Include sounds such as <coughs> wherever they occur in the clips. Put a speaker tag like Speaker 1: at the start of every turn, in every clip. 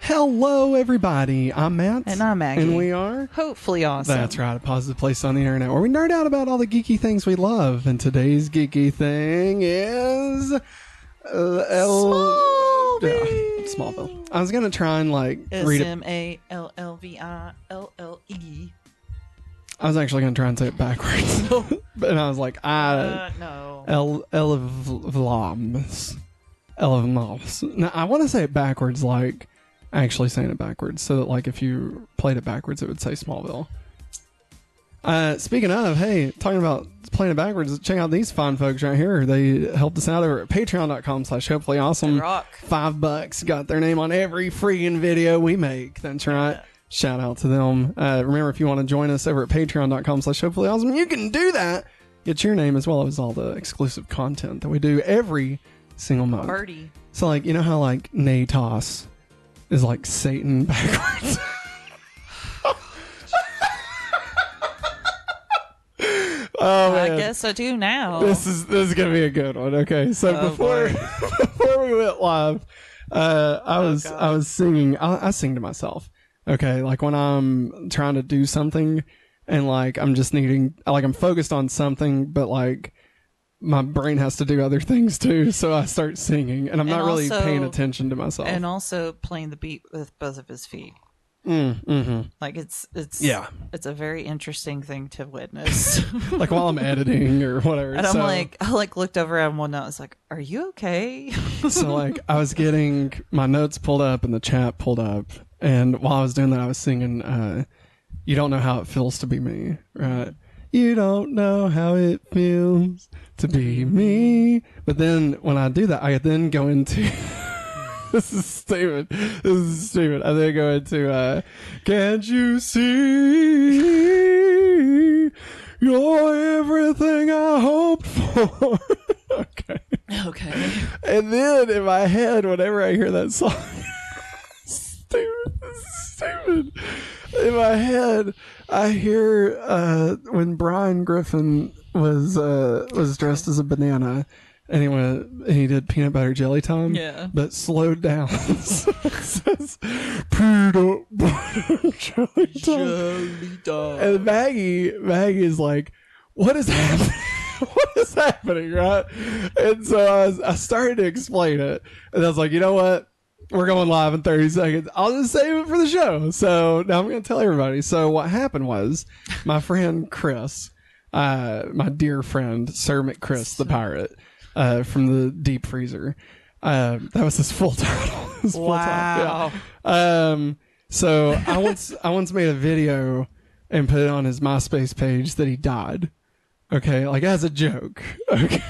Speaker 1: Hello, everybody. I'm Matt.
Speaker 2: And I'm Maggie.
Speaker 1: And we are.
Speaker 2: Hopefully awesome.
Speaker 1: That's right, a positive place on the internet where we nerd out about all the geeky things we love. And today's geeky thing is. Uh, L- Yeah,
Speaker 2: Smallville.
Speaker 1: Smallville. I was going to try and like read
Speaker 2: S
Speaker 1: it.
Speaker 2: M A L L V I L L E.
Speaker 1: I was actually going to try and say it backwards. <laughs> but I was like, I.
Speaker 2: Uh, no.
Speaker 1: El Elvlams. Elvlams. Now, I want to say it backwards, like actually saying it backwards, so that like if you played it backwards, it would say Smallville. Uh, speaking of, hey, talking about playing it backwards, check out these fine folks right here. They helped us out over at patreon.com slash hopefully awesome.
Speaker 2: They rock.
Speaker 1: Five bucks, got their name on every freaking video we make. That's right. Shout out to them. Uh, remember, if you want to join us over at patreon.com slash hopefully awesome, you can do that. Get your name as well as all the exclusive content that we do every single month.
Speaker 2: Party.
Speaker 1: So, like, you know how, like, Natos is like Satan backwards? oh,
Speaker 2: I
Speaker 1: man.
Speaker 2: guess I do now.
Speaker 1: This is this is gonna be a good one. Okay, so
Speaker 2: Oh,
Speaker 1: before <laughs> before we went live, uh, I was
Speaker 2: Oh, God.
Speaker 1: I was singing. I, I sing to myself. Okay, like when I'm trying to do something, and like I'm just needing, like I'm focused on something, but like my brain has to do other things too. So I start singing, and I'm
Speaker 2: And
Speaker 1: not really
Speaker 2: also-
Speaker 1: paying attention to myself.
Speaker 2: and also playing the beat with both of his feet.
Speaker 1: Mm, mhm.
Speaker 2: Like it's it's
Speaker 1: Yeah.
Speaker 2: It's a very interesting thing to
Speaker 1: <laughs>
Speaker 2: witness.
Speaker 1: like while
Speaker 2: <laughs>
Speaker 1: I'm editing or whatever.
Speaker 2: and I'm
Speaker 1: so-
Speaker 2: like, I like looked over at him one night. I was like, "Are you okay?"
Speaker 1: so like I was getting my notes pulled up and the chat pulled up, and while I was doing that, I was singing. Uh, you don't know how it feels to be me, right? You don't know how it feels to be me. But then when I do that, I then go into. <laughs> this is stupid. This is stupid. I then go into. Uh, Can't you see? You're everything I hoped for. <laughs> <laughs> okay.
Speaker 2: okay.
Speaker 1: And then in my head, whenever I hear that song, <laughs> stupid, this is stupid. In my head, I hear uh, when Brian Griffin was uh, was dressed as a banana, and he went he did peanut butter jelly time,
Speaker 2: Yeah.
Speaker 1: but slowed down. <laughs> So it says peanut butter jelly time. <laughs> And Maggie, Maggie is like, "What is <laughs> happening? what is happening?" Right? And so I, was, I started to explain it, and I was like, "You know what? We're going live in 30 seconds. I'll just save it for the show." So now I'm going to tell everybody. So what happened was, my friend Chris, uh, my dear friend Sir McChris the pirate, uh, from the deep freezer. Uh, that was his full <laughs> title. His full title. Yeah.
Speaker 2: Wow.
Speaker 1: Um, so I once I once made a video and put it on his MySpace page that he died. Okay, like as a joke. <laughs> Okay,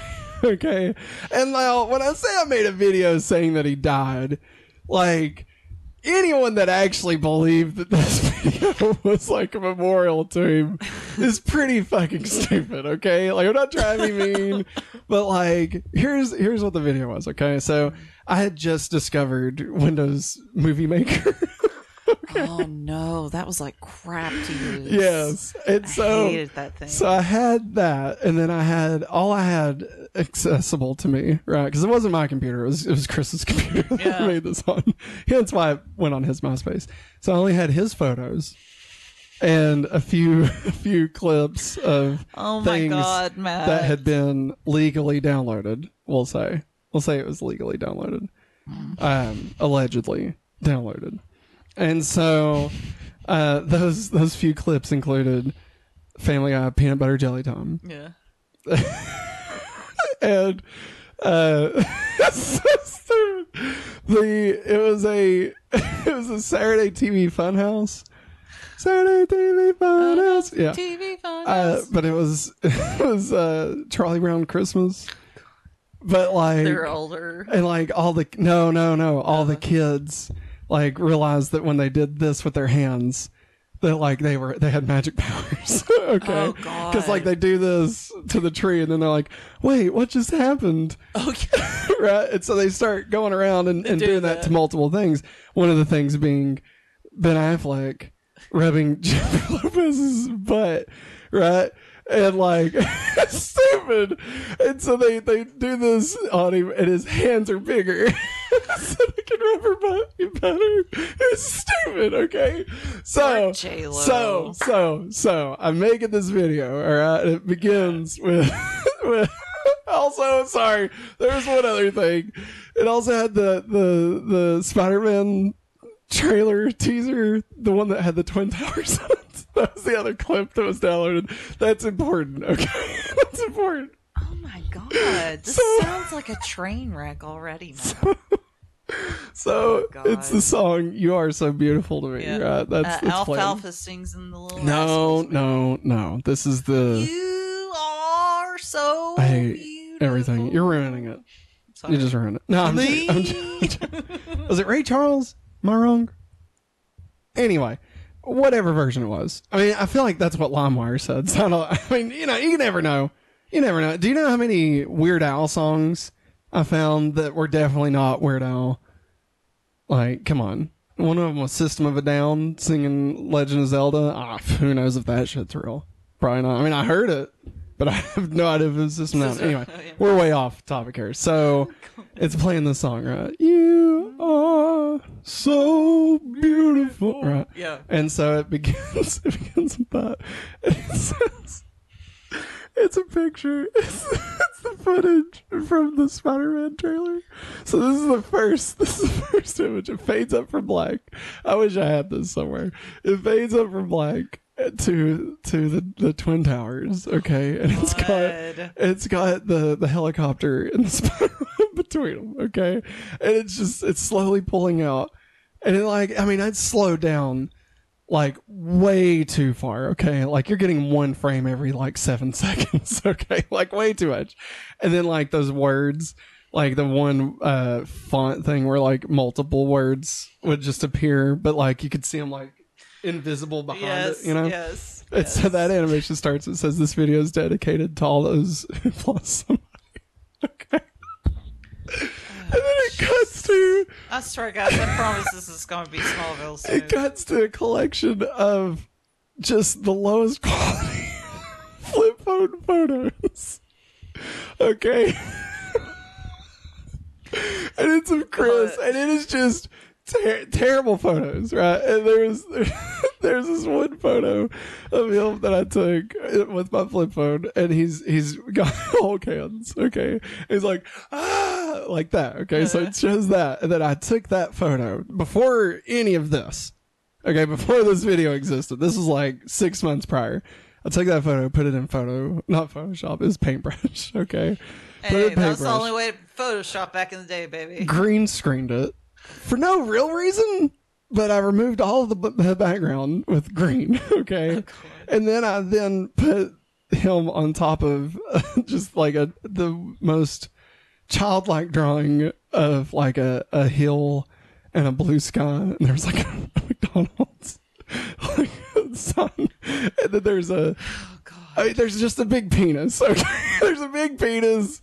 Speaker 1: okay. And now when I say I made a video saying that he died, like anyone that actually believed that this <laughs> video was like a memorial to him is pretty fucking stupid, okay? Like I'm not trying to be mean,
Speaker 2: <laughs>
Speaker 1: but like here's here's what the video was, okay? So I had just discovered Windows Movie Maker. <laughs>
Speaker 2: Oh no, that was like crap to use.
Speaker 1: yes. And
Speaker 2: I
Speaker 1: so
Speaker 2: hated that thing.
Speaker 1: So I had that, and then I had all I had accessible to me, right? Because it wasn't my computer; it was it was Chris's computer <laughs> that I
Speaker 2: Yeah.
Speaker 1: made this on. Hence why it went on his MySpace. So I only had his photos and a few <laughs> a few clips of
Speaker 2: oh my
Speaker 1: things
Speaker 2: god, Matt.
Speaker 1: that had been legally downloaded. We'll say we'll say it was legally downloaded, um, allegedly downloaded, and so uh, those those few clips included Family Guy peanut butter jelly time
Speaker 2: yeah.
Speaker 1: and uh, <laughs> so stupid. the it was a <laughs> it was a Saturday TV Funhouse. Saturday TV Funhouse, yeah.
Speaker 2: TV phone.
Speaker 1: Uh, but it was <laughs> it was uh, Charlie Brown Christmas. But like
Speaker 2: They're Uh-huh. older.
Speaker 1: and like all the no no no all the kids like realized that when they did this with their hands that like they were they had magic <laughs> powers okay
Speaker 2: Oh, God.
Speaker 1: like they do this to the tree and then they're like wait what just happened <laughs>
Speaker 2: Okay.
Speaker 1: right and so they start going around and, and
Speaker 2: do
Speaker 1: doing that.
Speaker 2: that.
Speaker 1: to multiple things one of the things being ben affleck rubbing <laughs> jennifer lopez's butt right and like <laughs> stupid and so they they do this on him and his hands are bigger <laughs> so they can remember better. It's stupid, okay? So,
Speaker 2: Poor J-Lo.
Speaker 1: so, so, so, I'm making this video, alright? It begins with, <laughs> with, also, sorry, there was one other thing. It also had the, the, the Spider-Man trailer teaser, the one that had the Twin Towers on it. <laughs> That was the other clip that was downloaded. That's important, okay? <laughs> That's important.
Speaker 2: Oh my god. This
Speaker 1: So-
Speaker 2: sounds like a train wreck already, man.
Speaker 1: So
Speaker 2: Oh,
Speaker 1: it's the
Speaker 2: God.
Speaker 1: song "You Are So Beautiful to Me."
Speaker 2: Yeah.
Speaker 1: Right? That's,
Speaker 2: uh,
Speaker 1: that's playing.
Speaker 2: Alfalfa sings in the little
Speaker 1: No,
Speaker 2: Rascals.
Speaker 1: no, no. This is the
Speaker 2: You are so
Speaker 1: I hate
Speaker 2: beautiful.
Speaker 1: everything. You're ruining it.
Speaker 2: Sorry.
Speaker 1: You just ruined it. No, I'm, just, I'm just, <laughs> was it Ray Charles? Am I wrong? Anyway, whatever version it was. I mean, I feel like that's what LimeWire said. So I, don't, <laughs> I mean, you know, you never know. You never know. Do you know how many Weird Al songs I found that were definitely not Weird Al? Like, come on. One of them was System of a Down singing Legend of Zelda. Ah, who knows if that shit's real? Probably not. I mean, I heard it, but I have no idea if it was System of a Down. Anyway, we're way off topic here. So it's playing the song, right? You are so beautiful, right?
Speaker 2: yeah.
Speaker 1: And so it begins. <laughs> It begins with that. And it says, "It's a picture. <laughs> It's, it's the footage from the Spider-Man trailer." So this is the first. <laughs> This is the first image. It fades up from black. I wish I had this somewhere. It fades up from black to to the the twin towers. Okay, and it's got
Speaker 2: God.
Speaker 1: it's got the the helicopter and the spider <laughs> between them okay and it's just it's slowly pulling out and it like i mean i'd slow down like way too far okay like you're getting one frame every like seven <laughs> seconds okay like way too much and then like those words like the one uh font thing where like multiple words would just appear but like you could see them like invisible behind
Speaker 2: Yes,
Speaker 1: it you know
Speaker 2: yes.
Speaker 1: and
Speaker 2: yes.
Speaker 1: so that animation starts. It says this video is dedicated to all those <laughs> who have lost somebody. Okay. And then it cuts to
Speaker 2: I swear, guys, I promise this is going to be Smallville soon.
Speaker 1: it cuts to a collection of just the lowest quality <laughs> flip phone photos. Okay. and it's of Chris,
Speaker 2: But-
Speaker 1: and it is just ter- terrible photos, right? And there's <laughs> there's this one photo of him that I took uh, with my flip phone, and he's he's got <laughs> Hulk hands, okay? He's like ah, like that, okay? So it shows that, and then I took that photo before any of this, okay? Before this video existed, this was like six months prior. I took that photo, put it in photo, not Photoshop, it was paintbrush, <laughs> okay? Put it
Speaker 2: hey,
Speaker 1: in
Speaker 2: that was the
Speaker 1: paintbrush
Speaker 2: only way to Photoshop back in the day, baby.
Speaker 1: green screened it for no real reason, but I removed all of the, b- the background with green. <laughs> Okay, and then I then put him on top of <laughs> uh, just like a the most childlike drawing of like a a hill and a blue sky, and there's like <laughs> a McDonald's. like, <laughs> sign. And then there's a
Speaker 2: Oh, God.
Speaker 1: I mean, there's just a big penis. <laughs> Okay, there's a big penis,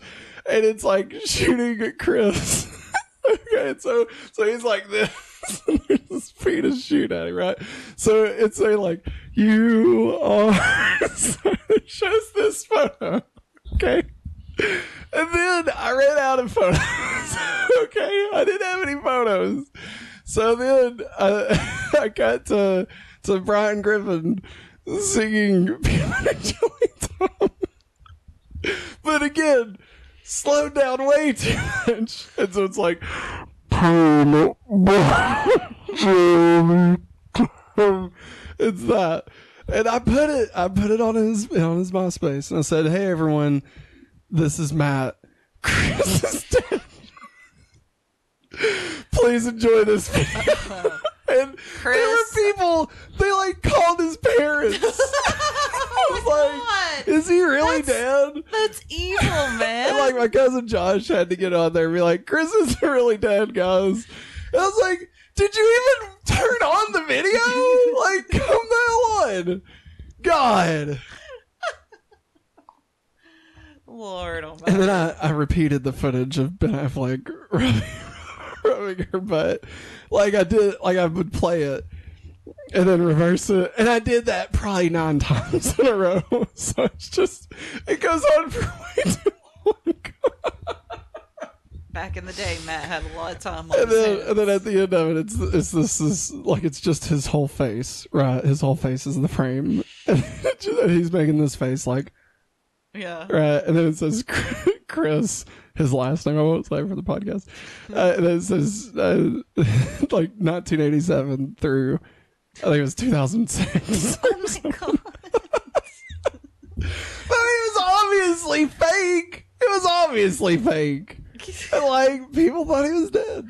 Speaker 1: and it's like shooting at Chris. <laughs> okay, and so so he's like this. <laughs> and there's this penis shooting at him, right? So it's a like you are. <laughs> so it shows this photo. Okay. And then I ran out of photos. <laughs> okay, I didn't have any photos. So then I, <laughs> I got to to Brian Griffin singing <laughs> Peanut and Jelly Tom. But again, slowed down way too much. <laughs> And so it's like Peanut and Jelly Tom. It's that. And I put it I put it on his on his MySpace and I said, Hey everyone, this is Matt. <laughs> Chris is dead. Please enjoy this video. <laughs> and <laughs> there were
Speaker 2: Chris.
Speaker 1: people. They like called his
Speaker 2: <laughs>
Speaker 1: parents. I was like,
Speaker 2: God.
Speaker 1: is he really
Speaker 2: That's-
Speaker 1: dead?
Speaker 2: That's
Speaker 1: <laughs>
Speaker 2: evil, man.
Speaker 1: And like my cousin Josh had to get on there and be like, Chris is really dead, guys. I was like, did you even turn on the video? like, come the hell on. God.
Speaker 2: Lord oh, almighty.
Speaker 1: And then I, I repeated the footage of Ben Affleck <laughs> rubbing, rubbing her butt. Like I did, like I would play it and then reverse it. And I did that probably nine <laughs> times in a row. <laughs> So it's just, it goes on for way too long.
Speaker 2: Back in the day, Matt had a lot of time on
Speaker 1: And
Speaker 2: his
Speaker 1: then,
Speaker 2: hands.
Speaker 1: and then at the end of it, it's it's this is like it's just his whole face, right? His whole face is in the frame, <laughs> and he's making this face like <laughs>
Speaker 2: yeah.
Speaker 1: right, and then it says Chris, his last name I won't say for the podcast, uh, and then it says uh, <laughs> like 1987 through I think it was <laughs> 2006.
Speaker 2: Oh my god.
Speaker 1: But it was obviously fake. It was obviously fake. And, like people thought he was dead.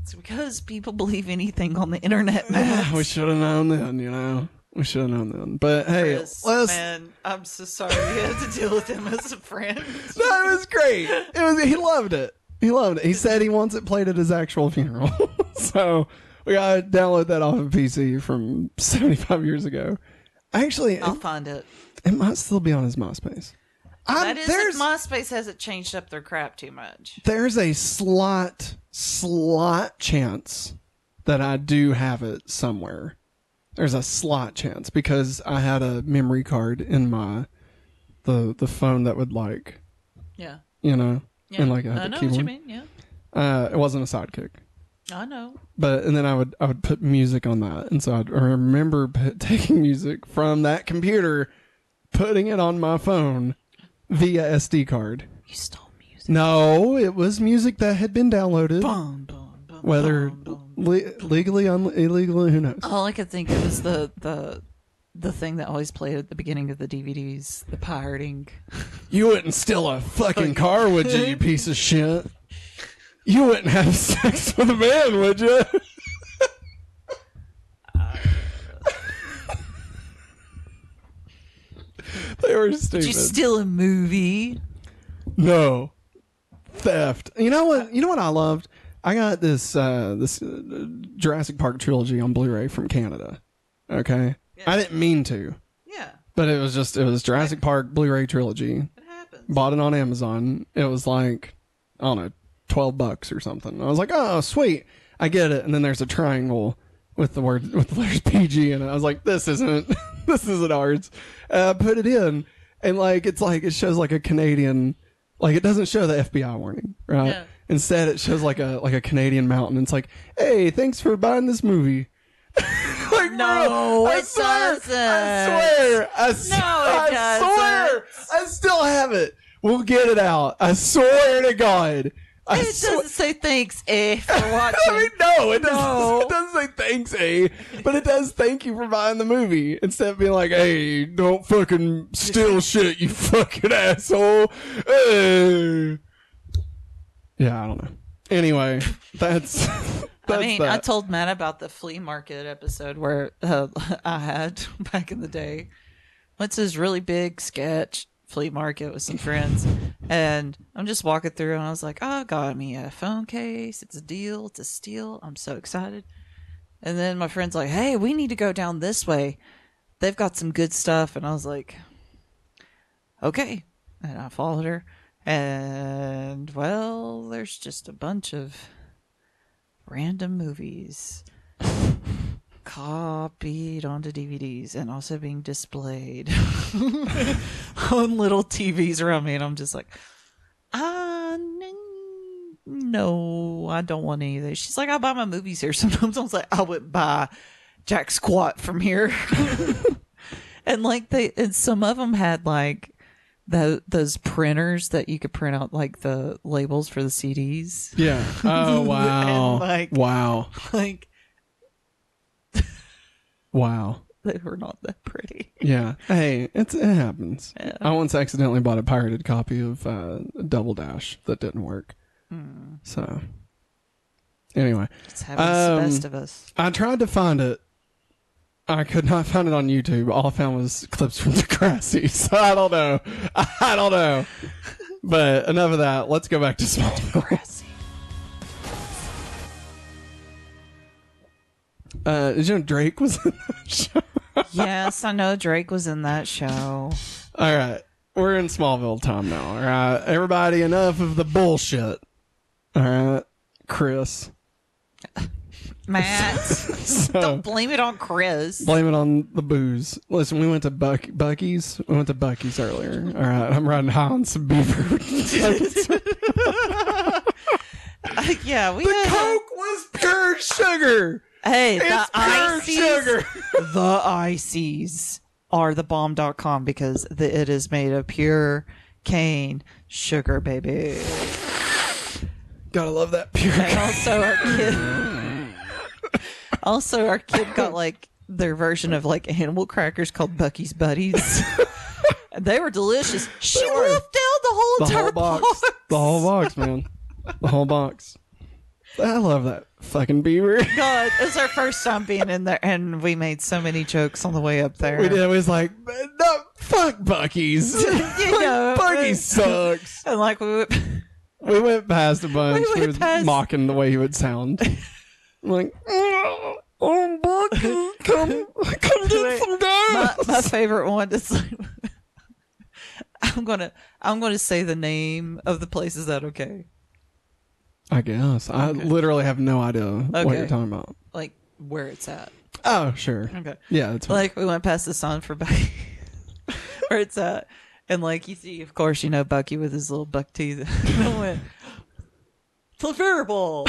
Speaker 2: it's because people believe anything on the internet, Matt.
Speaker 1: <sighs> we should have known then, you know. We should have known then. But hey,
Speaker 2: Chris,
Speaker 1: let's.
Speaker 2: man, I'm so sorry you had to deal with him as a
Speaker 1: <laughs>
Speaker 2: friend.
Speaker 1: No, it was great. It was. He loved it. He loved it. He said he wants it played at his actual funeral. <laughs> so we gotta download that off of PC from seventy-five years ago. Actually,
Speaker 2: I'll
Speaker 1: it,
Speaker 2: find it.
Speaker 1: it might still be on his MySpace. I,
Speaker 2: That is,
Speaker 1: Um, there's
Speaker 2: if MySpace hasn't changed up their crap too much.
Speaker 1: there's a slight slight chance that I do have it somewhere. There's a slight chance because I had a memory card in my the the phone that would like
Speaker 2: Yeah.
Speaker 1: you know
Speaker 2: Yeah.
Speaker 1: and like I had
Speaker 2: I
Speaker 1: a
Speaker 2: know
Speaker 1: keyboard.
Speaker 2: what you mean. Yeah.
Speaker 1: Uh, it wasn't a sidekick,
Speaker 2: I know.
Speaker 1: but and then I would I would put music on that, and so I'd, I remember <laughs> p- taking music from that computer, putting it on my phone via SD card.
Speaker 2: You stole music.
Speaker 1: No, it was music that had been downloaded.
Speaker 2: Bum, bum, bum,
Speaker 1: whether
Speaker 2: bum, bum.
Speaker 1: Um, le- legally, un- illegally, who knows?
Speaker 2: all I could think of is the the the thing that always played at the beginning of the DVDs, the pirating.
Speaker 1: You wouldn't steal a fucking car, would you, you piece of shit? You wouldn't have sex with a man, would you? <laughs> they were stupid.
Speaker 2: Did you steal a movie?
Speaker 1: No. Theft. You know what? You know what I loved? I got this uh, this uh, Jurassic Park trilogy on Blu-ray from Canada. Okay, I didn't mean to,
Speaker 2: Yeah,
Speaker 1: but it was just it was Jurassic Park Blu-ray trilogy.
Speaker 2: it happens.
Speaker 1: Bought it on Amazon. It was like I don't know, twelve bucks or something. I was like, oh sweet, I get it. And then there's a triangle with the word with the letters <laughs> PG in it. I was like, this isn't <laughs> this isn't ours. And I put it in, and like it's like it shows like a Canadian, like it doesn't show the FBI warning, right?
Speaker 2: Yeah.
Speaker 1: Instead, it shows like a like a Canadian mountain. It's like, hey, thanks for buying this movie. <laughs> like,
Speaker 2: No,
Speaker 1: bro, I
Speaker 2: it
Speaker 1: swear, I
Speaker 2: doesn't.
Speaker 1: swear, I, s-
Speaker 2: No, it
Speaker 1: I swear, I still have it. We'll get it out. I swear to God. I
Speaker 2: It
Speaker 1: swear-
Speaker 2: doesn't say thanks, eh, for
Speaker 1: <laughs> I
Speaker 2: watching.
Speaker 1: mean, no, it doesn't, <laughs>
Speaker 2: No.
Speaker 1: it doesn't say thanks, eh? But it does thank you for buying the movie. Instead of being like, hey, don't fucking steal
Speaker 2: <laughs>
Speaker 1: shit, you fucking asshole. Hey. Yeah, I don't know. Anyway, that's. <laughs> that's
Speaker 2: I mean, I
Speaker 1: that.
Speaker 2: told Matt about the flea market episode where uh, <laughs> I had back in the day. What's this really big sketch flea market with some friends, and I'm just walking through, and I was like, "Oh, I got me a phone case. It's a deal. It's a steal. I'm so excited." And then my friend's like, "Hey, we need to go down this way. They've got some good stuff." And I was like, "Okay," and I followed her. And well, there's just a bunch of random movies <laughs> copied onto DVDs and also being displayed <laughs> on little TVs around me. And I'm just like, ah, n- no, I don't want any of this. She's like, I buy my movies here <laughs> sometimes. I was like, I would buy Jack Squat from here. <laughs> and like they, and some of them had like, tho- those printers that you could print out like the labels for the CDs
Speaker 1: Yeah. Oh, wow.
Speaker 2: And, like-
Speaker 1: wow.
Speaker 2: <laughs> like
Speaker 1: Wow.
Speaker 2: they were not <laughs> that pretty.
Speaker 1: Yeah. Hey, it's, it happens.
Speaker 2: Yeah.
Speaker 1: I once accidentally bought a pirated copy of uh, Double Dash that didn't work. So, anyway,
Speaker 2: It's having
Speaker 1: Um,
Speaker 2: the best of us.
Speaker 1: I tried to find it. I could not find it on YouTube. All I found was clips from <laughs> Degrassi. So I don't know. <laughs> I don't know. But enough of that. Let's go back to Smallville. Uh, did you know Drake was in that <laughs> show?
Speaker 2: <laughs> yes, I know Drake was in that show.
Speaker 1: All right. We're in Smallville time now. All right. Everybody, enough of the bullshit. All right. Chris.
Speaker 2: Matt,
Speaker 1: <laughs> So
Speaker 2: don't blame it on Chris.
Speaker 1: blame it on the booze. Listen, we went to Buck- Bucky's. We went to Bucky's <laughs> earlier. All right. I'm riding high on some beaver.
Speaker 2: <laughs> yeah, we
Speaker 1: The
Speaker 2: had.
Speaker 1: Coke was pure sugar.
Speaker 2: hey,
Speaker 1: It's
Speaker 2: the
Speaker 1: pure
Speaker 2: ices.
Speaker 1: sugar.
Speaker 2: <laughs> the ICs are the bomb.com because the, it is made of pure cane sugar, baby.
Speaker 1: Gotta love that pure.
Speaker 2: And also our kid Also our kid got like their version of like animal crackers called
Speaker 1: <laughs>
Speaker 2: Bucky's Buddies. And they were delicious. She
Speaker 1: They were.
Speaker 2: wolfed down the whole
Speaker 1: the
Speaker 2: entire
Speaker 1: whole box.
Speaker 2: box.
Speaker 1: The whole box, man. The whole box. I love that fucking beaver.
Speaker 2: God, it was our first time being in there and we made so many jokes on the way up there.
Speaker 1: We did. <laughs> It was like, no, fuck Bucky's.
Speaker 2: <laughs> You know,
Speaker 1: Bucky
Speaker 2: it-
Speaker 1: sucks.
Speaker 2: And like we would
Speaker 1: We went past a bunch.
Speaker 2: We
Speaker 1: He
Speaker 2: went
Speaker 1: was
Speaker 2: past-
Speaker 1: mocking the way he would sound. I'm <laughs> like, oh, Bucky, <laughs> come, come
Speaker 2: Wait,
Speaker 1: get some
Speaker 2: my,
Speaker 1: donuts.
Speaker 2: my favorite one is like, I'm gonna I'm gonna say the name of the place. Is that okay?
Speaker 1: I guess. I literally have no idea what
Speaker 2: Okay.
Speaker 1: you're talking about.
Speaker 2: Like where it's at.
Speaker 1: Oh, sure.
Speaker 2: Okay.
Speaker 1: Yeah, that's
Speaker 2: Like we went past the sign for Bucky <laughs> where it's at. And like you see, of course, you know Bucky with his little buck teeth. <laughs> and I went, Preferable.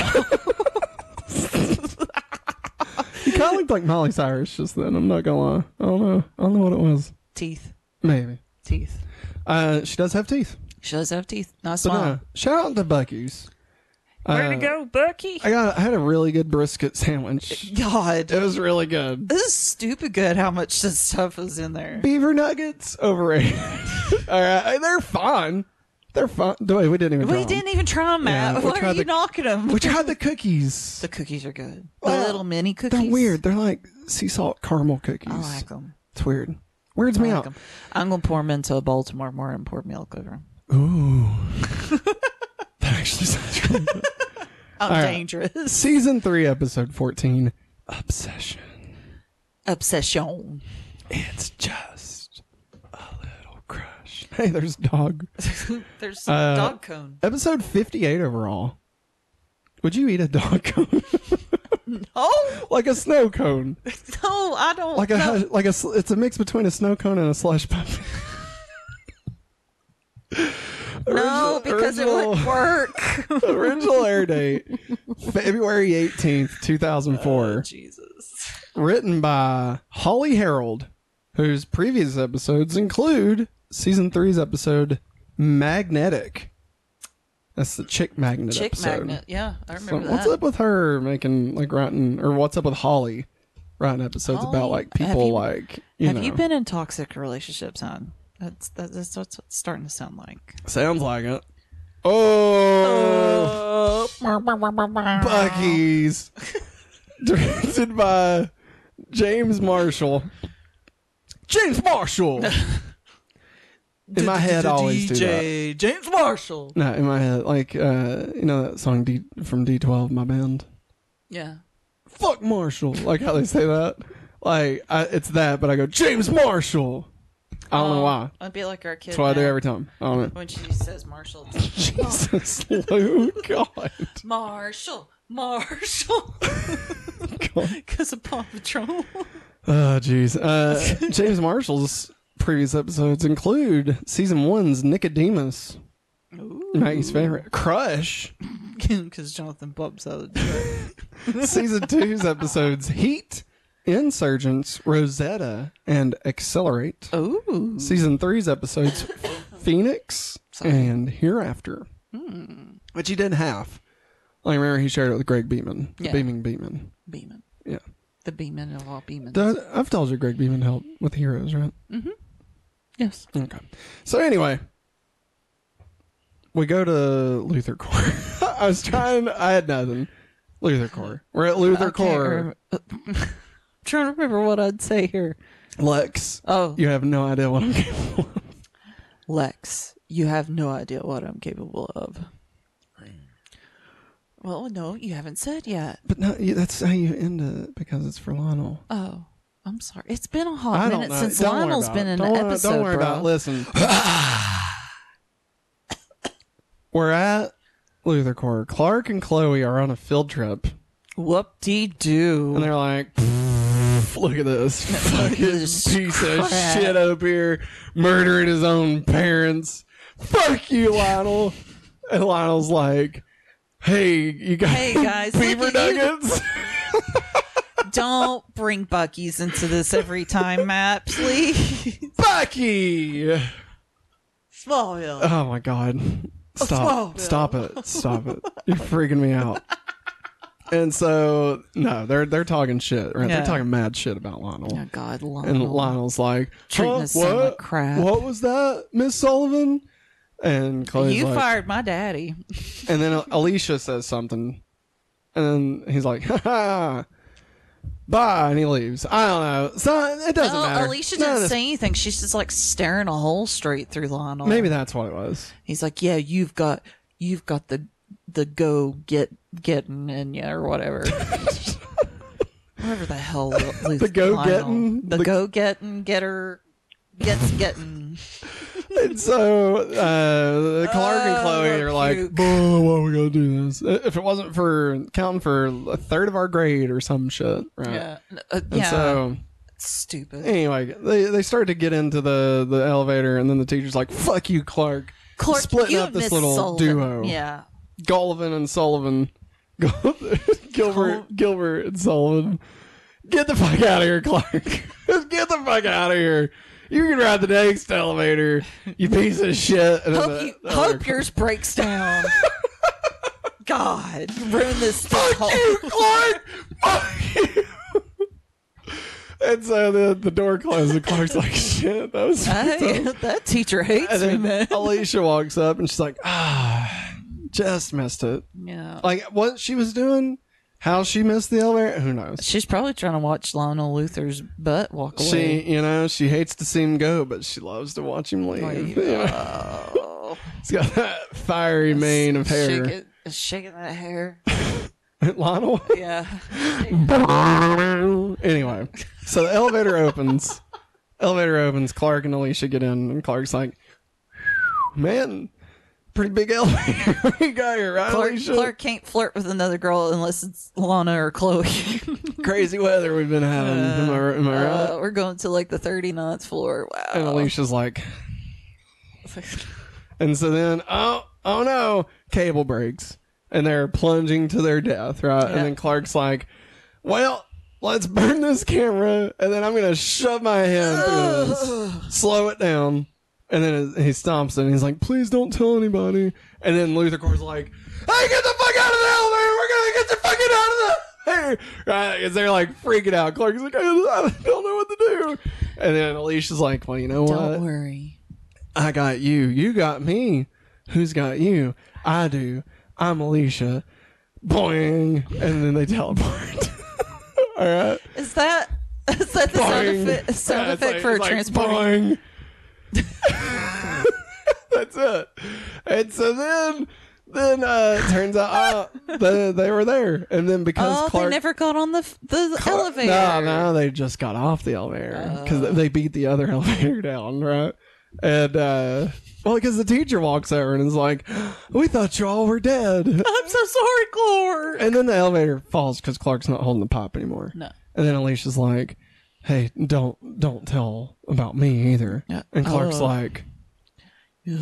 Speaker 1: He kind of looked like Molly Cyrus just then. I'm not gonna lie. I don't know. I don't know what it was.
Speaker 2: teeth.
Speaker 1: Maybe.
Speaker 2: Teeth.
Speaker 1: Uh, she does have teeth.
Speaker 2: She does have teeth. Not
Speaker 1: But
Speaker 2: small.
Speaker 1: no, shout out to Bucky's.
Speaker 2: Where to
Speaker 1: Uh,
Speaker 2: go, Bucky?
Speaker 1: I got. I had a really good brisket sandwich.
Speaker 2: God.
Speaker 1: It was really good.
Speaker 2: This is stupid good how much this stuff was in there.
Speaker 1: Beaver nuggets
Speaker 2: <laughs>
Speaker 1: overrated. All right, they're fun. They're fun. Wait, we didn't even. try
Speaker 2: We
Speaker 1: 'em.
Speaker 2: didn't even try them,
Speaker 1: Yeah,
Speaker 2: Matt.
Speaker 1: we
Speaker 2: Why
Speaker 1: tried
Speaker 2: are you
Speaker 1: the-
Speaker 2: knocking them?
Speaker 1: We tried the cookies.
Speaker 2: The cookies are good.
Speaker 1: Well,
Speaker 2: the little mini cookies.
Speaker 1: they're weird. They're like sea salt caramel cookies.
Speaker 2: I like them.
Speaker 1: It's weird. Weirds
Speaker 2: I
Speaker 1: me
Speaker 2: like
Speaker 1: out.
Speaker 2: 'em. I'm gonna pour them into a bowl tomorrow morning and pour milk over them.
Speaker 1: Ooh, <laughs> that actually sounds really good.
Speaker 2: I'm
Speaker 1: right.
Speaker 2: dangerous.
Speaker 1: Season three, episode fourteen. Obsession.
Speaker 2: Obsession.
Speaker 1: It's just a little crush. Hey, there's dog.
Speaker 2: <laughs> There's
Speaker 1: Uh,
Speaker 2: dog cone.
Speaker 1: Episode 58 overall. Would you eat a dog cone? <laughs>
Speaker 2: Oh
Speaker 1: like a snow cone.
Speaker 2: no, I don't.
Speaker 1: Like a
Speaker 2: no.
Speaker 1: <laughs> like a sl- it's a mix between a snow cone and a slush puppy.
Speaker 2: no, because it wouldn't work.
Speaker 1: <laughs> original air date February 18th,
Speaker 2: Oh,
Speaker 1: 2004.
Speaker 2: <laughs> Jesus.
Speaker 1: written by Holly Harold, whose previous episodes include season three's episode Magnetic. That's the chick magnet
Speaker 2: Chick
Speaker 1: episode.
Speaker 2: magnet. Yeah, I
Speaker 1: So
Speaker 2: remember
Speaker 1: what's
Speaker 2: that.
Speaker 1: up with her making like writing or what's up with Holly writing episodes about
Speaker 2: Holly,
Speaker 1: like
Speaker 2: have
Speaker 1: people
Speaker 2: you-
Speaker 1: like you
Speaker 2: Have
Speaker 1: know
Speaker 2: you been in toxic relationships, hon? That's that's, that's what's it's starting to sound like.
Speaker 1: sounds like it. Oh, Bucky's <laughs> directed by James Marshall. James Marshall. <laughs> In my head, I always do
Speaker 2: DJ James Marshall.
Speaker 1: No, in my head, like uh, you know that song D- from D twelve, my band.
Speaker 2: Yeah.
Speaker 1: Fuck Marshall, like how they say that. Like I, it's that, but I go James Marshall. I don't know why.
Speaker 2: I'd be like our kid.
Speaker 1: That's what I do
Speaker 2: now.
Speaker 1: every time. I don't know.
Speaker 2: when she says Marshall. <laughs> it's like,
Speaker 1: <laughs> Jesus, Luke, <laughs> Oh, God,
Speaker 2: Marshall,
Speaker 1: <laughs>
Speaker 2: Marshall,
Speaker 1: God.
Speaker 2: because of Paw <laughs> Patrol.
Speaker 1: Oh, jeez. Uh, James Marshall's previous episodes include season one's Nicodemus, Maggie's favorite, Crush.
Speaker 2: Because Jonathan bumps out. of the truck.
Speaker 1: season two's episodes Heat, Insurgents, Rosetta, and Accelerate.
Speaker 2: Oh. Ooh,
Speaker 1: Season three's episodes Phoenix and Hereafter. Which he did half. I remember he shared it with Greg Beeman. the
Speaker 2: Yeah.
Speaker 1: Beaming Beeman.
Speaker 2: Beeman,
Speaker 1: Yeah.
Speaker 2: the Beeman of all Beemans.
Speaker 1: Did I- I've told you Greg Beeman helped with Heroes, right?
Speaker 2: yes.
Speaker 1: Okay. So anyway, we go to Luther Core. <laughs> I was trying. I had nothing. Luther Core. We're at Luther Core.
Speaker 2: <laughs> trying to remember what I'd say here.
Speaker 1: Lex.
Speaker 2: Oh,
Speaker 1: You have no idea what I'm capable of.
Speaker 2: Lex, you have no idea what I'm capable of. Well, no, you haven't said yet.
Speaker 1: But no, you- that's how you end it because it's for Lionel.
Speaker 2: Oh, I'm sorry. It's been a hot
Speaker 1: I don't
Speaker 2: minute
Speaker 1: know.
Speaker 2: since
Speaker 1: Don't worry
Speaker 2: Lionel's
Speaker 1: about
Speaker 2: been
Speaker 1: it.
Speaker 2: in
Speaker 1: Don't
Speaker 2: an
Speaker 1: worry-
Speaker 2: episode.
Speaker 1: Don't worry
Speaker 2: bro.
Speaker 1: about. It. Listen, we're at Luther Core. Clark and Chloe are on a field trip,
Speaker 2: Whoop de doo.
Speaker 1: <laughs> and they're like, "Pfft, "Look at
Speaker 2: <laughs>
Speaker 1: this fucking
Speaker 2: this
Speaker 1: piece of
Speaker 2: crap."
Speaker 1: shit up here, murdering his own parents. Fuck you, Lionel." And Lionel's like, Hey, you got
Speaker 2: Hey, guys,
Speaker 1: <laughs>
Speaker 2: look
Speaker 1: beaver
Speaker 2: at you.
Speaker 1: nuggets?
Speaker 2: Don't bring Bucky's into this every time, Matt. <laughs> Please.
Speaker 1: Bucky!
Speaker 2: Smallville.
Speaker 1: Oh my god. Stop.
Speaker 2: Smallville.
Speaker 1: Stop it. Stop it. You're freaking me out. And so no, they're they're talking shit, right?
Speaker 2: Yeah.
Speaker 1: They're talking mad shit about Lionel.
Speaker 2: Oh God,
Speaker 1: And
Speaker 2: Lionel.
Speaker 1: Lionel's like,
Speaker 2: Treating
Speaker 1: "Huh,
Speaker 2: his son like
Speaker 1: what?
Speaker 2: crap.
Speaker 1: What was that, Miss Sullivan? And Chloe's
Speaker 2: you
Speaker 1: like,
Speaker 2: fired my daddy.
Speaker 1: and then Alicia says something, and then he's like, "Ha ha, bye," and he leaves. I don't know. So it doesn't
Speaker 2: No,
Speaker 1: matter.
Speaker 2: Oh, Alicia
Speaker 1: None
Speaker 2: didn't
Speaker 1: of this-
Speaker 2: say anything. She's just like staring a hole straight through Lionel.
Speaker 1: Maybe that's what it was.
Speaker 2: he's like, "Yeah, you've got, you've got the, the go get getting in you
Speaker 1: <laughs>
Speaker 2: or whatever." Whatever the hell, Lu-
Speaker 1: The go
Speaker 2: Lionel-
Speaker 1: gettin',
Speaker 2: the,
Speaker 1: the-
Speaker 2: go getting, getter, gets getting.
Speaker 1: And so uh, Clark and
Speaker 2: Oh,
Speaker 1: Chloe are
Speaker 2: puke.
Speaker 1: like, "Bro, why we gotta do this? If it wasn't for counting for a third of our grade or some shit, right?"
Speaker 2: Yeah, uh,
Speaker 1: And
Speaker 2: yeah,
Speaker 1: so
Speaker 2: stupid.
Speaker 1: anyway, they they start to get into the the elevator, and then the teacher's like, "Fuck you, Clark."
Speaker 2: Clark,
Speaker 1: splitting
Speaker 2: you
Speaker 1: up this
Speaker 2: Miss
Speaker 1: little
Speaker 2: Sullivan.
Speaker 1: duo.
Speaker 2: Yeah,
Speaker 1: Gullivan and Sullivan. <laughs>
Speaker 2: Gul-
Speaker 1: Gilbert, Gilbert and Sullivan. Get the fuck out of here, Clark. <laughs> Get the fuck out of here. You can ride the next elevator, you piece of shit. And then
Speaker 2: hope
Speaker 1: the-
Speaker 2: you,
Speaker 1: the other
Speaker 2: hope yours breaks
Speaker 1: <laughs>
Speaker 2: down. God, you ruined this.
Speaker 1: Clark,
Speaker 2: whole-
Speaker 1: Fuck you, Clark! Fuck you! <laughs> and so the, the door closes, and Clark's like, shit, that was.
Speaker 2: <laughs> Hey, that teacher hates
Speaker 1: And
Speaker 2: me,
Speaker 1: then
Speaker 2: man.
Speaker 1: Alicia walks up and she's like, ah, just missed it.
Speaker 2: Yeah.
Speaker 1: Like, what she was doing, how she missed the elevator, who knows?
Speaker 2: She's probably trying to watch Lionel Luther's butt walk
Speaker 1: She,
Speaker 2: away.
Speaker 1: you know, she hates to see him go, but she loves to watch him <laughs> leave. You know,
Speaker 2: Oh.
Speaker 1: He's got that fiery mane of hair.
Speaker 2: Shaking, shaking that hair.
Speaker 1: <laughs>
Speaker 2: <laughs>
Speaker 1: Lionel.
Speaker 2: Yeah.
Speaker 1: anyway, so the elevator opens. elevator opens. Clark and Alicia get in, and Clark's like, "Man, pretty big elevator <laughs> we got here, right,
Speaker 2: Clark,
Speaker 1: Alicia?
Speaker 2: Clark can't flirt with another girl unless it's Lana or Chloe. <laughs>
Speaker 1: Crazy weather we've been having. am I, am I right?"
Speaker 2: Uh, we're going to like the 39th floor.
Speaker 1: and
Speaker 2: Wow.
Speaker 1: Alicia's like, and so then, oh, oh no, cable breaks, and they're plunging to their death, right?
Speaker 2: Yeah.
Speaker 1: And then Clark's like, well, let's burn this camera, and then I'm gonna shove my hand through
Speaker 2: <sighs>
Speaker 1: this, slow it down, and then he stomps it, and he's like, please don't tell anybody, and then Luther Core's like, hey, get the fuck out of the elevator, we're gonna get you fucking out of the <laughs> Hey, right, because they're like freaking out. Clark's like, I don't know what to do. And then Alicia's like, Well, you know what?
Speaker 2: <laughs> Don't worry.
Speaker 1: I got you. You got me. Who's got you? I do. I'm Alicia. Boing. And then they teleport. <laughs> All right.
Speaker 2: Is that <laughs> is that the sound,
Speaker 1: Boing.
Speaker 2: effe- sound
Speaker 1: Yeah, it's
Speaker 2: effect
Speaker 1: like-
Speaker 2: for
Speaker 1: it's like,
Speaker 2: transporting?
Speaker 1: boing. <laughs> That's it. And so then, then uh, it turns out uh, they, they were there. And then because
Speaker 2: Oh,
Speaker 1: Clark.
Speaker 2: they never got on the f- the
Speaker 1: Clark-
Speaker 2: elevator. Uh.
Speaker 1: No, no, they just got off the elevator because they beat the other <laughs> elevator down, right? And uh, well, because the teacher walks over and is like, "We thought you all were dead,"
Speaker 2: <laughs> I'm so sorry, Clark.
Speaker 1: and then the elevator falls because Clark's not holding the pipe anymore.
Speaker 2: No.
Speaker 1: And then Alicia's like, "Hey, don't don't tell about me either."
Speaker 2: Yeah.
Speaker 1: And Clark's
Speaker 2: Oh.
Speaker 1: like,
Speaker 2: I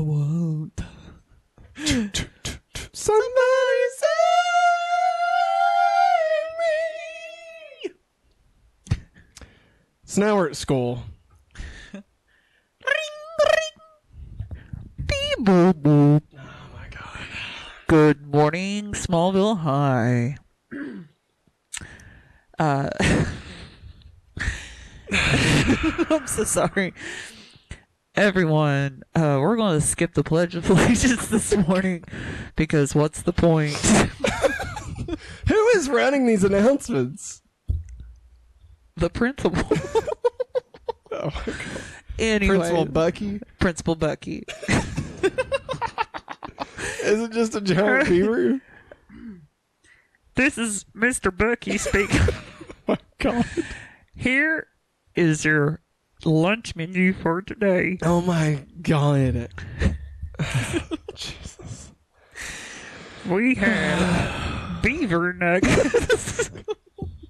Speaker 2: won't.
Speaker 1: "Somebody save me!" So now we're at school. Oh my god.
Speaker 2: Good morning, Smallville High. Uh, <laughs> I'm so sorry. Everyone, uh, we're going to skip the Pledge of Allegiance this morning because what's the point? <laughs>
Speaker 1: Who is running these announcements?
Speaker 2: the principal. <laughs>
Speaker 1: Oh my God.
Speaker 2: anyway,
Speaker 1: Principal Bucky?
Speaker 2: Principal Bucky.
Speaker 1: Is it just a <laughs> giant beaver?
Speaker 3: This is Mr.
Speaker 1: <laughs>
Speaker 3: Bucky speaking.
Speaker 1: Oh my god.
Speaker 3: Here is your lunch menu for today.
Speaker 1: Oh my god. Jesus.
Speaker 3: We have beaver nuggets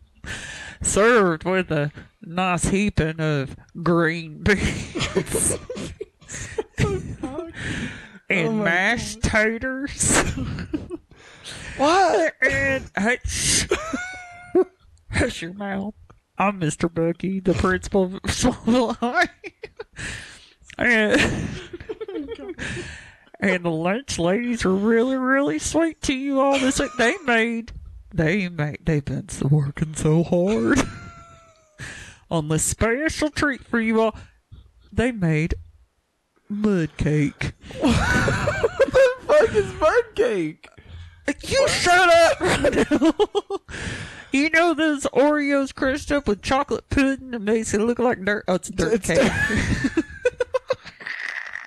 Speaker 3: <laughs> served with a nice heaping of green <laughs> beans
Speaker 1: Oh
Speaker 3: and mashed taters
Speaker 1: What?
Speaker 3: And hush, hush your mouth. I'm Mr. Bucky, the principal of Smallville High. and, and the lunch ladies were really, really sweet to you all. This they made, they made, they've been working so hard on this special treat for you all. They made mud cake.
Speaker 1: What the fuck is bird cake?
Speaker 3: You shut up right now. <laughs> you know those Oreos crushed up with chocolate pudding and makes it look like dirt. Oh, it's dirt
Speaker 1: It's
Speaker 3: cake. <laughs>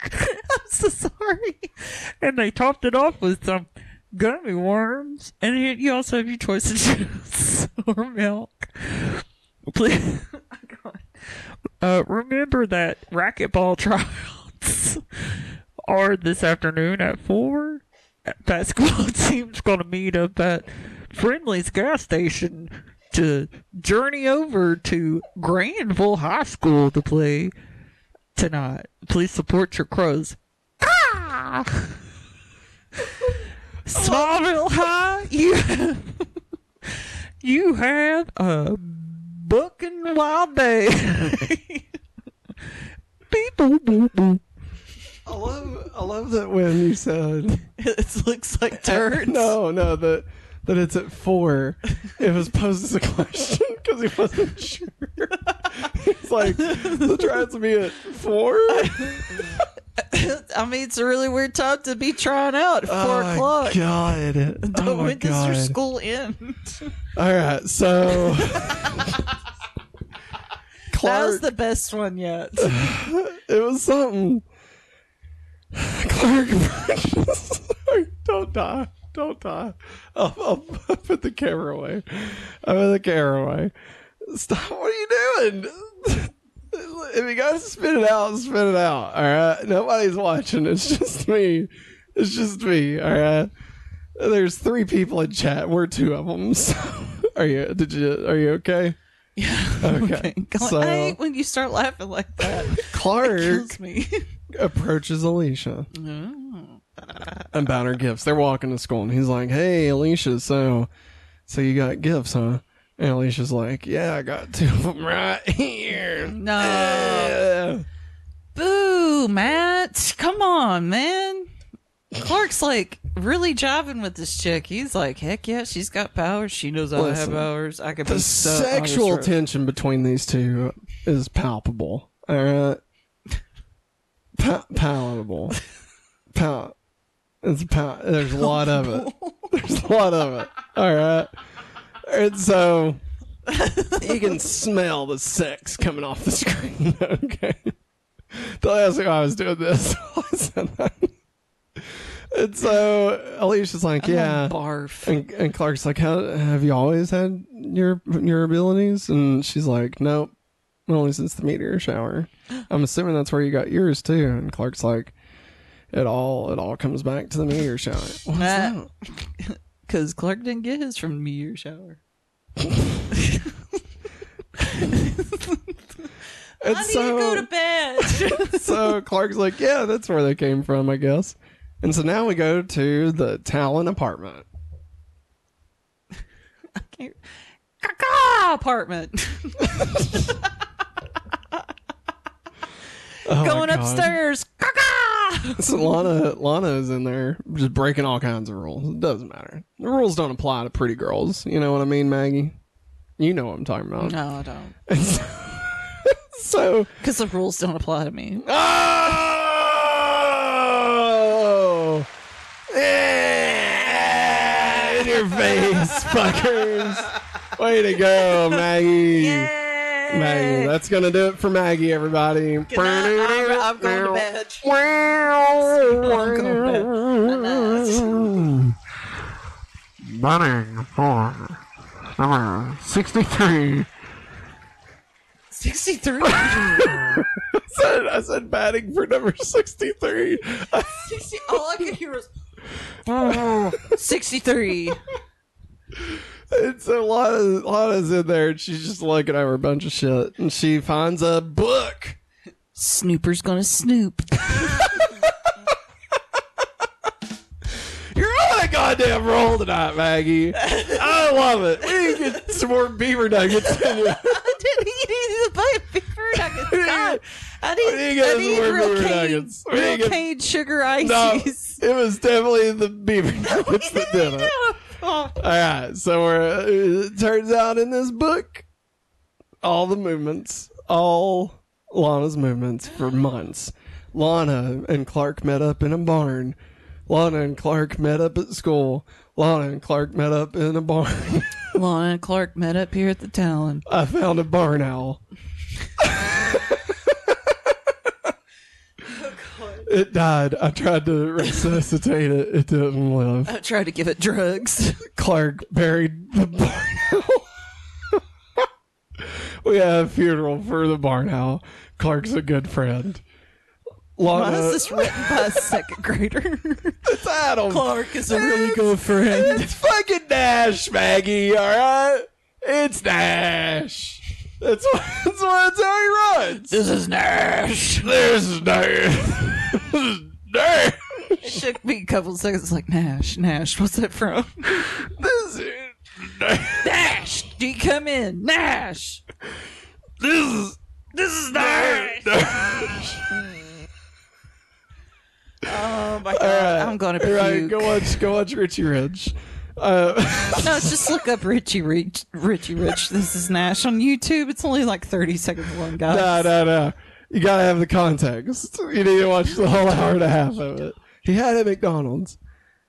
Speaker 3: I'm so sorry. And they topped it off with some gummy worms. And it, you also have your choice of <laughs> juice or milk. Please, <laughs> oh, God. Uh, remember that racquetball tryouts <laughs> are this afternoon at four. Basketball <laughs> team's going to meet up at Friendly's gas station to journey over to Granville High School to play tonight. Please support your crows. Ah! Smallville High, you have, you have a booking wild day. <laughs> Beep, boop, boop, boop.
Speaker 1: I love, I love that when you said
Speaker 2: it looks like
Speaker 1: <laughs>
Speaker 2: turds.
Speaker 1: No, no, that that it's at four. It was posed as a question <laughs> because he
Speaker 2: <laughs>
Speaker 1: wasn't sure. <laughs> He's like, the tryouts will be at four.
Speaker 2: <laughs> I mean, it's a really weird time to be trying out at four
Speaker 1: Oh,
Speaker 2: o'clock.
Speaker 1: God. Oh, my
Speaker 2: when does your
Speaker 1: God.
Speaker 2: school end?
Speaker 1: All right,
Speaker 2: <laughs>
Speaker 1: so
Speaker 2: That
Speaker 1: Clark,
Speaker 2: was the best one yet. <laughs>
Speaker 1: it was something. <sighs> Clark, Burgess- <laughs> don't die, don't die. I'll, I'll, I'll put the camera away. I put the camera away. Stop! What are you doing? <laughs> If you gotta spit it out, spit it out. All right. Nobody's watching. It's just me. It's just me. All right. There's three people in chat. We're two of them. So, <laughs> are you? Did you? Are you okay? Okay.
Speaker 2: God,
Speaker 1: So-
Speaker 2: I hate when you start laughing like that. It
Speaker 1: Clark
Speaker 2: kills me. <laughs>
Speaker 1: approaches Alicia about her gifts. They're walking to school, and he's like, "Hey, Alicia, so, so you got gifts, huh?" And Alicia's like, "Yeah, I got two of them right here."
Speaker 2: no.
Speaker 1: Yeah.
Speaker 2: <laughs> Boo, Matt. Come on, man. Clark's like really jiving with this chick. He's like, heck yeah, she's got powers. She knows I
Speaker 1: Listen,
Speaker 2: have powers. uh, I could
Speaker 1: The
Speaker 2: be so on this
Speaker 1: sexual
Speaker 2: road."
Speaker 1: tension between these two is palpable. All right, pa- palatable. Pal- it's pal- There's a lot of it. There's a lot of it. All right, and so you can smell the sex coming off the screen. <laughs> Okay, the last time I was doing this, <laughs> I said that. and so Alicia's like,
Speaker 2: I'm
Speaker 1: yeah.
Speaker 2: gonna barf.
Speaker 1: And, and Clark's like, "How have you always had your your abilities?" And she's like, "Nope, only since the meteor
Speaker 2: <gasps>
Speaker 1: shower." I'm assuming that's where you got yours too. And Clark's like, "It all it all comes back to the meteor
Speaker 2: <laughs>
Speaker 1: shower." What's that?
Speaker 2: Because Clark didn't get his from me or shower.
Speaker 1: And
Speaker 2: I need
Speaker 1: so-
Speaker 2: to go to <laughs> bed.
Speaker 1: <laughs> so Clark's like, yeah, that's where they came from, I guess. And so now we go to the Talon apartment.
Speaker 2: Can't- Caca apartment.
Speaker 1: <laughs> Oh my
Speaker 2: Going
Speaker 1: God.
Speaker 2: upstairs. Caca.
Speaker 1: So Lana, Lana is in there just breaking all kinds of rules. It doesn't matter. The rules don't apply to pretty girls. You know what I mean, Maggie? You know what I'm talking about.
Speaker 2: No, I don't.
Speaker 1: <laughs> So,
Speaker 2: Because the rules don't apply to
Speaker 1: <laughs>
Speaker 2: me.
Speaker 1: oh, Yeah! in your
Speaker 2: <laughs>
Speaker 1: face, fuckers! Way to go, Maggie. Maggie, that's gonna do it for Maggie, everybody.
Speaker 2: I'm going to bed.
Speaker 1: Wow.
Speaker 4: Running for number 63.
Speaker 2: 63.
Speaker 1: I said- I said batting for number 63.
Speaker 2: <laughs> All I could hear was 63.
Speaker 1: It's a lot of Lana's in there and she's just looking over a bunch of shit. And she finds a book.
Speaker 2: Snooper's gonna snoop.
Speaker 1: You're on that goddamn really on roll tonight, Maggie. I love it. We need to get some more beaver nuggets in you.
Speaker 2: I didn't eat any of <laughs> the bu- beaver nuggets. God. <laughs> I
Speaker 1: I
Speaker 2: didn't,
Speaker 1: didn't get
Speaker 2: I
Speaker 1: us
Speaker 2: didn't eat
Speaker 1: more
Speaker 2: real
Speaker 1: beaver
Speaker 2: cane,
Speaker 1: nuggets. We
Speaker 2: real
Speaker 1: didn't get-
Speaker 2: cane sugar
Speaker 1: No, <laughs>
Speaker 2: ices.
Speaker 1: it was definitely the beaver <laughs> nuggets that did it.
Speaker 2: Oh,
Speaker 1: All right, so we're, uh, it turns out in this book, all the movements, all Lana's movements for months. Lana and Clark met up in a barn. Lana and Clark met up at school. Lana and Clark met up in a barn. <laughs>
Speaker 2: Lana and Clark met up here at the Talon.
Speaker 1: I found a barn owl. It died. I tried to resuscitate it. It didn't live.
Speaker 2: I tried to give it drugs.
Speaker 1: Clark buried the barn owl. <laughs> we had a funeral for the barn owl. Clark's a good friend.
Speaker 2: <laughs>
Speaker 1: uh,
Speaker 2: Why
Speaker 1: Lana,
Speaker 2: is this written by a second grader? <laughs>
Speaker 1: it's Adam.
Speaker 2: Clark is a really good.
Speaker 1: friend. It's fucking Nash, Maggie. All right, it's Nash. That's why. That's why it's how he runs.
Speaker 2: This is Nash.
Speaker 1: This is Nash. This is Nash.
Speaker 2: It took me a couple seconds. Like Nash, Nash, what's that from?
Speaker 1: This is Nash.
Speaker 2: <laughs> Nash, do you come in? Nash.
Speaker 1: This is this is Nash.
Speaker 2: Oh my god,
Speaker 1: right.
Speaker 2: I'm gonna
Speaker 1: All
Speaker 2: puke.
Speaker 1: right, go watch. Go watch Richie Rich. Uh,
Speaker 2: No, it's just look up Richie Rich. Richie Rich. This is Nash on YouTube. It's only like 30 seconds long, guys.
Speaker 1: no, no, no. You gotta have the context. You need to watch the whole hour and a half of it. He had a McDonald's,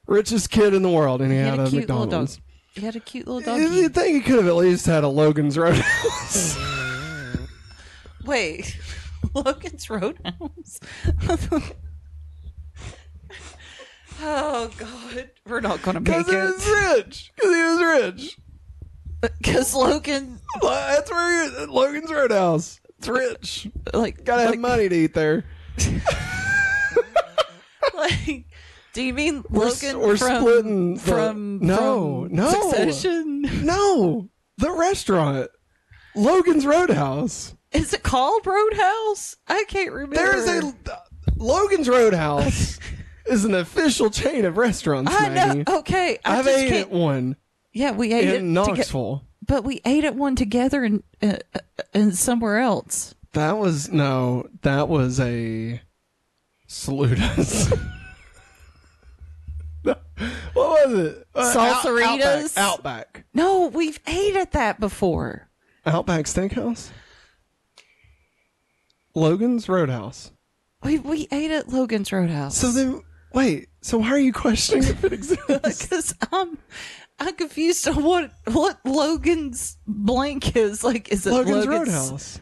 Speaker 1: richest kid in the world, and he,
Speaker 2: He
Speaker 1: had,
Speaker 2: had a
Speaker 1: a
Speaker 2: cute little dog.
Speaker 1: McDonald's.
Speaker 2: He had a cute little
Speaker 1: You
Speaker 2: doggy.
Speaker 1: think he could have at least had a Logan's
Speaker 2: <laughs>
Speaker 1: Roadhouse?
Speaker 2: Wait, <laughs> Logan's Roadhouse. oh God, we're not gonna
Speaker 1: Because <laughs>
Speaker 2: make
Speaker 1: he was
Speaker 2: it.
Speaker 1: rich. Because he was rich.
Speaker 2: Because Logan,
Speaker 1: That's where he, Logan's Roadhouse. It's rich.
Speaker 2: like,
Speaker 1: Gotta
Speaker 2: like,
Speaker 1: have money to eat there.
Speaker 2: like, do you mean
Speaker 1: We're, s-
Speaker 2: Logan
Speaker 1: we're
Speaker 2: from
Speaker 1: splitting the-
Speaker 2: from
Speaker 1: no
Speaker 2: from
Speaker 1: no
Speaker 2: Succession?
Speaker 1: no the restaurant Logan's Roadhouse.
Speaker 2: Is it called Roadhouse? I can't remember.
Speaker 1: There is a uh, Logan's
Speaker 2: <laughs>
Speaker 1: Roadhouse is an official chain of restaurants,
Speaker 2: I
Speaker 1: Maggie.
Speaker 2: know. Okay, I
Speaker 1: I've
Speaker 2: just
Speaker 1: ate
Speaker 2: can't.
Speaker 1: at one
Speaker 2: Yeah, we ate
Speaker 1: in
Speaker 2: it, toge-
Speaker 1: Knoxville.
Speaker 2: but we ate at one together and uh, uh, and somewhere else.
Speaker 1: That was no, that was a saludas. <laughs> what was it? Uh, Out-
Speaker 2: Salsaritas?
Speaker 1: Outback.
Speaker 2: No, we've ate at that before.
Speaker 1: Outback. Outback Steakhouse. Logan's Roadhouse.
Speaker 2: We we ate at Logan's
Speaker 1: <laughs>
Speaker 2: Roadhouse. <laughs>
Speaker 1: So then, wait. So why are you questioning if it exists?
Speaker 2: because I'm I'm confused on what what Logan's blank is. Like, is it
Speaker 1: Logan's,
Speaker 2: Logan's,
Speaker 1: Roadhouse.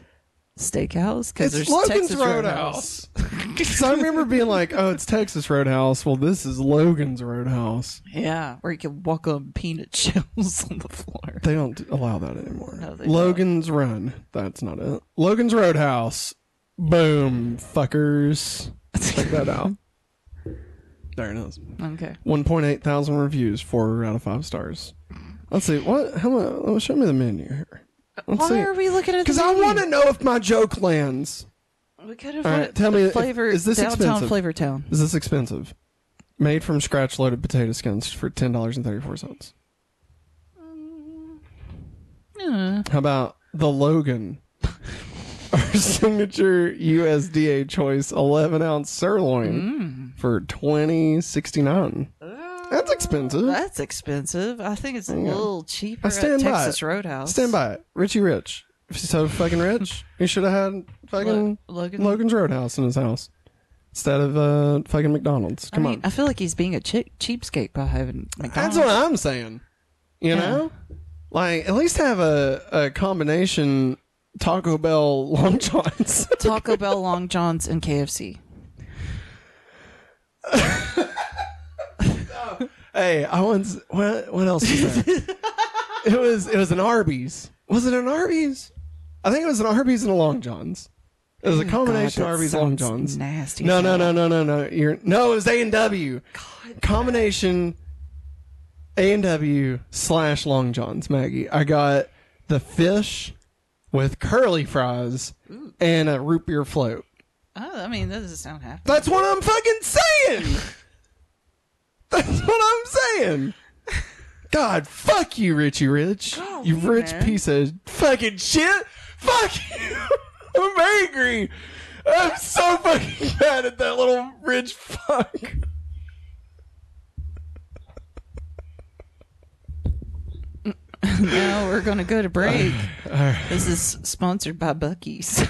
Speaker 2: Steakhouse? Because
Speaker 1: It's
Speaker 2: there's
Speaker 1: Logan's
Speaker 2: Texas
Speaker 1: Roadhouse.
Speaker 2: <laughs>
Speaker 1: so I remember being like, "Oh, it's Texas Roadhouse." Well, this is Logan's Roadhouse.
Speaker 2: Yeah, where you can walk on peanut <laughs> shells on the floor.
Speaker 1: They don't allow that anymore.
Speaker 2: No, they don't.
Speaker 1: Logan's Run. That's not it. Logan's Roadhouse. Boom, fuckers. Check that out. There it is.
Speaker 2: Okay.
Speaker 1: 1.8 thousand reviews, four out of five stars. Let's see. What? How about, oh, show me the menu here. Let's
Speaker 2: Why
Speaker 1: see.
Speaker 2: are we looking at?
Speaker 1: Because I want to know if my joke lands.
Speaker 2: We could have
Speaker 1: All
Speaker 2: went
Speaker 1: right, tell me,
Speaker 2: flavor.
Speaker 1: is this
Speaker 2: downtown
Speaker 1: expensive?
Speaker 2: Flavor Town?
Speaker 1: Is this expensive? Made from scratch loaded potato skins for ten dollars and thirty four cents.
Speaker 2: Um, Yeah.
Speaker 1: How about the
Speaker 2: <laughs>
Speaker 1: Logan? Our signature USDA choice eleven ounce sirloin
Speaker 2: Mm.
Speaker 1: for twenty sixty nine. That's expensive.
Speaker 2: That's expensive. I think it's a
Speaker 1: Yeah.
Speaker 2: little cheaper
Speaker 1: I stand
Speaker 2: at
Speaker 1: by
Speaker 2: Texas
Speaker 1: it.
Speaker 2: Roadhouse.
Speaker 1: Stand by it. Richie Rich. If he's so fucking rich, he should have had fucking
Speaker 2: Lo- Logan.
Speaker 1: Logan's Roadhouse in his house. Instead of uh fucking McDonald's. Come
Speaker 2: I mean,
Speaker 1: on.
Speaker 2: I feel like he's being a che- cheapskate by having McDonald's.
Speaker 1: That's what I'm saying. You know? Like at least have a, a combination Taco Bell <laughs> Long Johns.
Speaker 2: Taco Bell, Long John's, and KFC.
Speaker 1: Hey, I once what what else was
Speaker 2: <laughs>
Speaker 1: that? it was it was an Arby's. Was it an Arby's? I think it was an Arby's and a Long John's. It was a combination
Speaker 2: Mm, that
Speaker 1: Arby's Long
Speaker 2: sounds
Speaker 1: John's.
Speaker 2: nasty
Speaker 1: No,
Speaker 2: as
Speaker 1: no, no,
Speaker 2: hell.
Speaker 1: no, no, no. You're no. It was A and W. Combination A and W slash Long John's. Maggie, I got the fish with curly fries and a root beer float.
Speaker 2: Oh, I mean, that doesn't sound half.
Speaker 3: <laughs>
Speaker 1: That's what I'm fucking saying. That's what I'm saying. God, fuck you, Richie Rich. you
Speaker 3: Golly,
Speaker 1: rich
Speaker 3: man.
Speaker 1: piece of fucking shit. Fuck you. <laughs> I'm angry. I'm so fucking mad at that little rich fuck. <sighs>
Speaker 2: Now we're gonna go
Speaker 1: <laughs>
Speaker 2: to break. This is sponsored by Bucky's.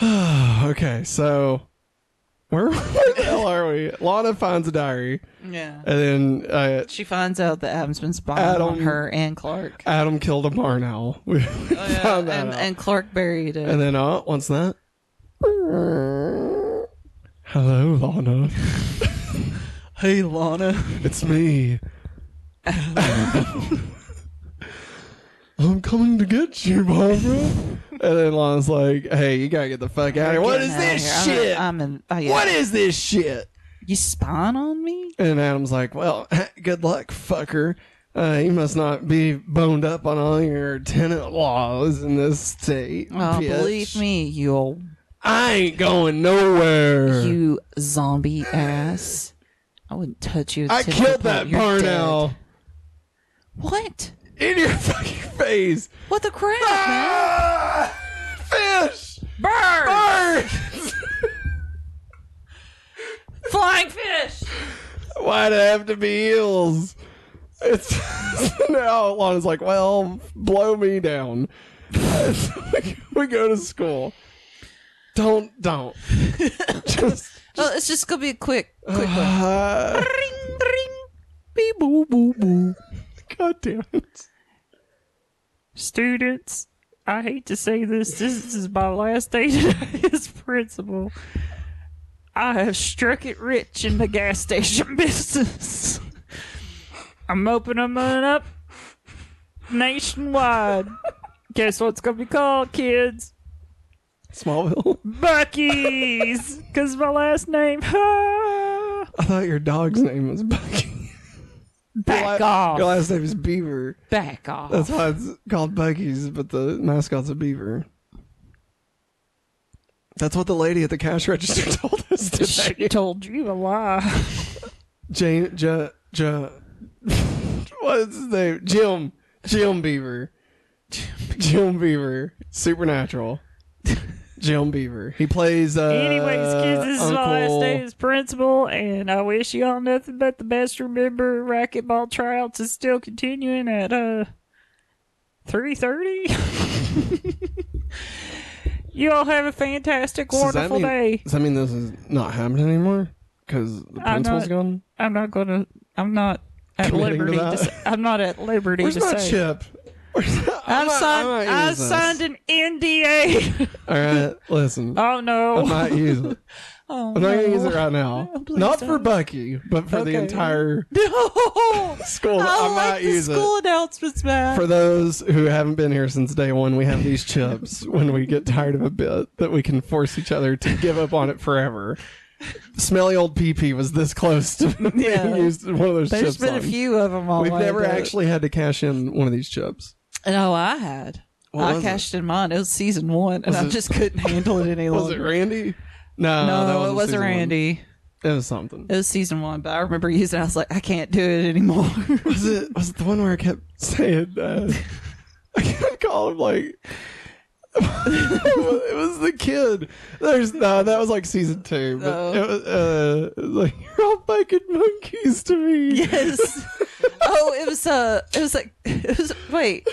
Speaker 1: okay, so where, <laughs> where the hell are we? Lana finds a diary,
Speaker 2: yeah.
Speaker 1: and then uh,
Speaker 2: She finds out that Adam's been spying on
Speaker 1: Adam-
Speaker 2: her and Clark.
Speaker 1: Adam killed a barn owl. <laughs> We
Speaker 3: Oh,
Speaker 1: found that
Speaker 2: and,
Speaker 1: out.
Speaker 2: and Clark buried it.
Speaker 1: And then, uh, what's that? Hello, Lana.
Speaker 2: <laughs> hey, Lana.
Speaker 1: It's
Speaker 2: <laughs>
Speaker 1: me. I'm coming to get you, Barbara. And then Lana's like, hey, you gotta get the fuck out of here. What is this shit?
Speaker 2: I'm, in. Oh, yeah.
Speaker 1: What is this shit?
Speaker 2: You spying on me?
Speaker 1: And Adam's like, well, <laughs> good luck, fucker. Uh, you must not be boned up on all your tenant laws in this state.
Speaker 2: Oh,
Speaker 1: bitch.
Speaker 2: believe me, you old
Speaker 1: I ain't going nowhere.
Speaker 2: you zombie ass. I wouldn't touch you. with a
Speaker 1: I
Speaker 2: ten-foot
Speaker 1: killed
Speaker 2: pole.
Speaker 1: that
Speaker 2: You're
Speaker 1: barn
Speaker 2: dead.
Speaker 1: owl
Speaker 2: What?
Speaker 1: in your fucking face.
Speaker 2: What the crap, man?
Speaker 1: Ah! Fish!
Speaker 2: Bird!
Speaker 1: Bird!
Speaker 2: Flying fish!
Speaker 1: Why'd it have to be eels? It's <laughs> now Lana's like, well, blow me down. <laughs> we go to school. Don't,
Speaker 2: <laughs>
Speaker 1: don't. Just,
Speaker 2: Oh, it's just gonna be
Speaker 1: <laughs>
Speaker 2: a quick, quick one.
Speaker 1: uh,
Speaker 2: Ring, ring.
Speaker 1: beep, boo, boo, boo. God damn it.
Speaker 3: Students, I hate to say this, this is my last day <laughs> today as principal. I have struck it rich in the gas station <laughs> business. I'm opening one up nationwide. Guess what's gonna be called, kids?
Speaker 1: Smallville.
Speaker 3: Bucky's, cause my last name. <laughs>
Speaker 1: I thought your dog's name was Bucky.
Speaker 3: Back
Speaker 1: Your la-
Speaker 3: off.
Speaker 1: Your last name is Beaver.
Speaker 3: Back off.
Speaker 1: That's why it's called Bucky's, but the mascot's a beaver. That's what the lady at the cash register <laughs> told us
Speaker 3: She
Speaker 1: today.
Speaker 3: told you a lie.
Speaker 1: Jane, J, J, <laughs> what is his name? Jim, Jim Beaver, Jim Beaver, Supernatural, Jim Beaver. He plays. Uh,
Speaker 3: Anyways, kids, this is
Speaker 1: Uncle,
Speaker 3: my last day as principal, and I wish y'all nothing but the best. Remember, racquetball tryouts is still continuing at uh three thirty. <laughs> you all have a fantastic,
Speaker 1: So does that
Speaker 3: wonderful
Speaker 1: mean-
Speaker 3: day.
Speaker 1: Does that mean this is not happening anymore? Because the
Speaker 3: I'm
Speaker 1: principal's
Speaker 3: not-
Speaker 1: gone.
Speaker 3: I'm not gonna. I'm not at
Speaker 1: Committing to
Speaker 3: liberty. To
Speaker 1: that.
Speaker 3: say, I'm not at liberty
Speaker 1: Where's
Speaker 3: to
Speaker 1: my
Speaker 3: say.
Speaker 1: chip? Where's-
Speaker 3: I've
Speaker 1: not-
Speaker 3: signed.
Speaker 1: I'm not
Speaker 3: I've
Speaker 1: using this.
Speaker 3: signed an NDA.
Speaker 1: All right,
Speaker 2: <laughs>
Speaker 1: listen.
Speaker 3: <laughs> oh no.
Speaker 1: I'm not using it.
Speaker 3: oh,
Speaker 1: I'm not
Speaker 3: no.
Speaker 1: gonna use it right now.
Speaker 2: Oh,
Speaker 3: please
Speaker 1: Not for
Speaker 3: don't.
Speaker 1: Bucky, but for the
Speaker 3: Okay.
Speaker 1: entire
Speaker 2: No!
Speaker 1: school.
Speaker 2: I
Speaker 1: I'm
Speaker 2: like
Speaker 1: not
Speaker 2: the
Speaker 1: using
Speaker 2: school
Speaker 1: it.
Speaker 2: announcements, man.
Speaker 1: For those who haven't been here since day one, we have these chips when we get tired of a bit that we can force each other to give up on it forever. Smelly old PP was this close to <laughs> being
Speaker 2: Yeah.
Speaker 1: used in one of those chips.
Speaker 2: There's been a
Speaker 1: on.
Speaker 2: few of them
Speaker 1: We've
Speaker 2: already.
Speaker 1: never actually had to cash in one of these chips.
Speaker 2: No, Oh, I had.
Speaker 1: What
Speaker 2: I
Speaker 1: was it?
Speaker 2: cashed in mine. It was season one, and
Speaker 1: Was
Speaker 2: I
Speaker 1: it-
Speaker 2: just couldn't handle it any
Speaker 1: <laughs> Was it
Speaker 2: longer.
Speaker 1: Randy? No,
Speaker 2: no,
Speaker 1: that
Speaker 2: it
Speaker 1: wasn't
Speaker 2: wasn't
Speaker 1: season one.
Speaker 2: Randy.
Speaker 1: It was something.
Speaker 2: It was season one, but I remember using. it. I was like, I can't do
Speaker 1: <laughs>
Speaker 2: it anymore.
Speaker 1: was it was it the one where I kept saying uh, <laughs> I kept calling him like <laughs> it was the kid. There's no, that was like season two. But
Speaker 2: Oh.
Speaker 1: it was, uh, it was like <laughs> you're all fucking monkeys to me.
Speaker 2: yes. oh, it was uh, it was like, <laughs> it was wait,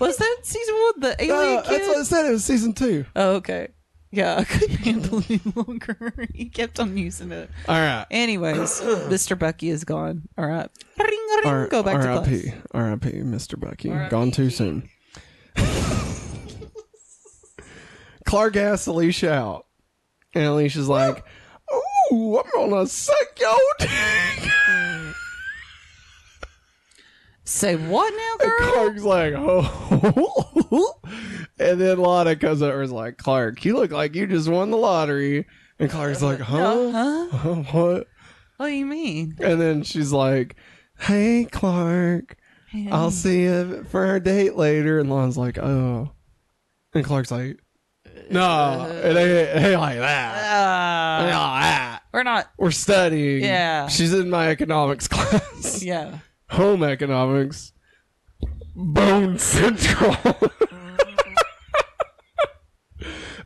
Speaker 2: was that season one? The alien
Speaker 1: No,
Speaker 2: kid.
Speaker 1: that's what I said. It was season two.
Speaker 2: oh, okay. Yeah, I couldn't <laughs> handle it any longer. he kept on using it.
Speaker 1: All right. <coughs>
Speaker 2: Anyways, Mr. Bucky is gone. All right. Ring, ring,
Speaker 1: R-
Speaker 2: go back to
Speaker 1: R.I.P.
Speaker 2: class.
Speaker 1: R.I.P. Mr. Bucky. Gone too soon. Clark asks Alicia out. And Alicia's like, Ooh, I'm gonna suck your dick.
Speaker 2: Say what now,
Speaker 1: And
Speaker 2: girl?
Speaker 1: Clark's like, oh. and then Lana comes over and is like, Clark, you look like you just won the lottery. And Clark's like, huh?
Speaker 2: Huh?
Speaker 1: what?
Speaker 2: What do you mean?
Speaker 1: And then she's like, hey, Clark, I'll see you for our date later. And Lana's like, oh. Uh, And Clark's like, no, it ain't, it ain't like that. It ain't like that.
Speaker 2: or not.
Speaker 1: Or studying.
Speaker 2: Yeah.
Speaker 1: She's in my economics <laughs> class.
Speaker 2: Yeah.
Speaker 1: Home economics. Bone Central. <laughs> and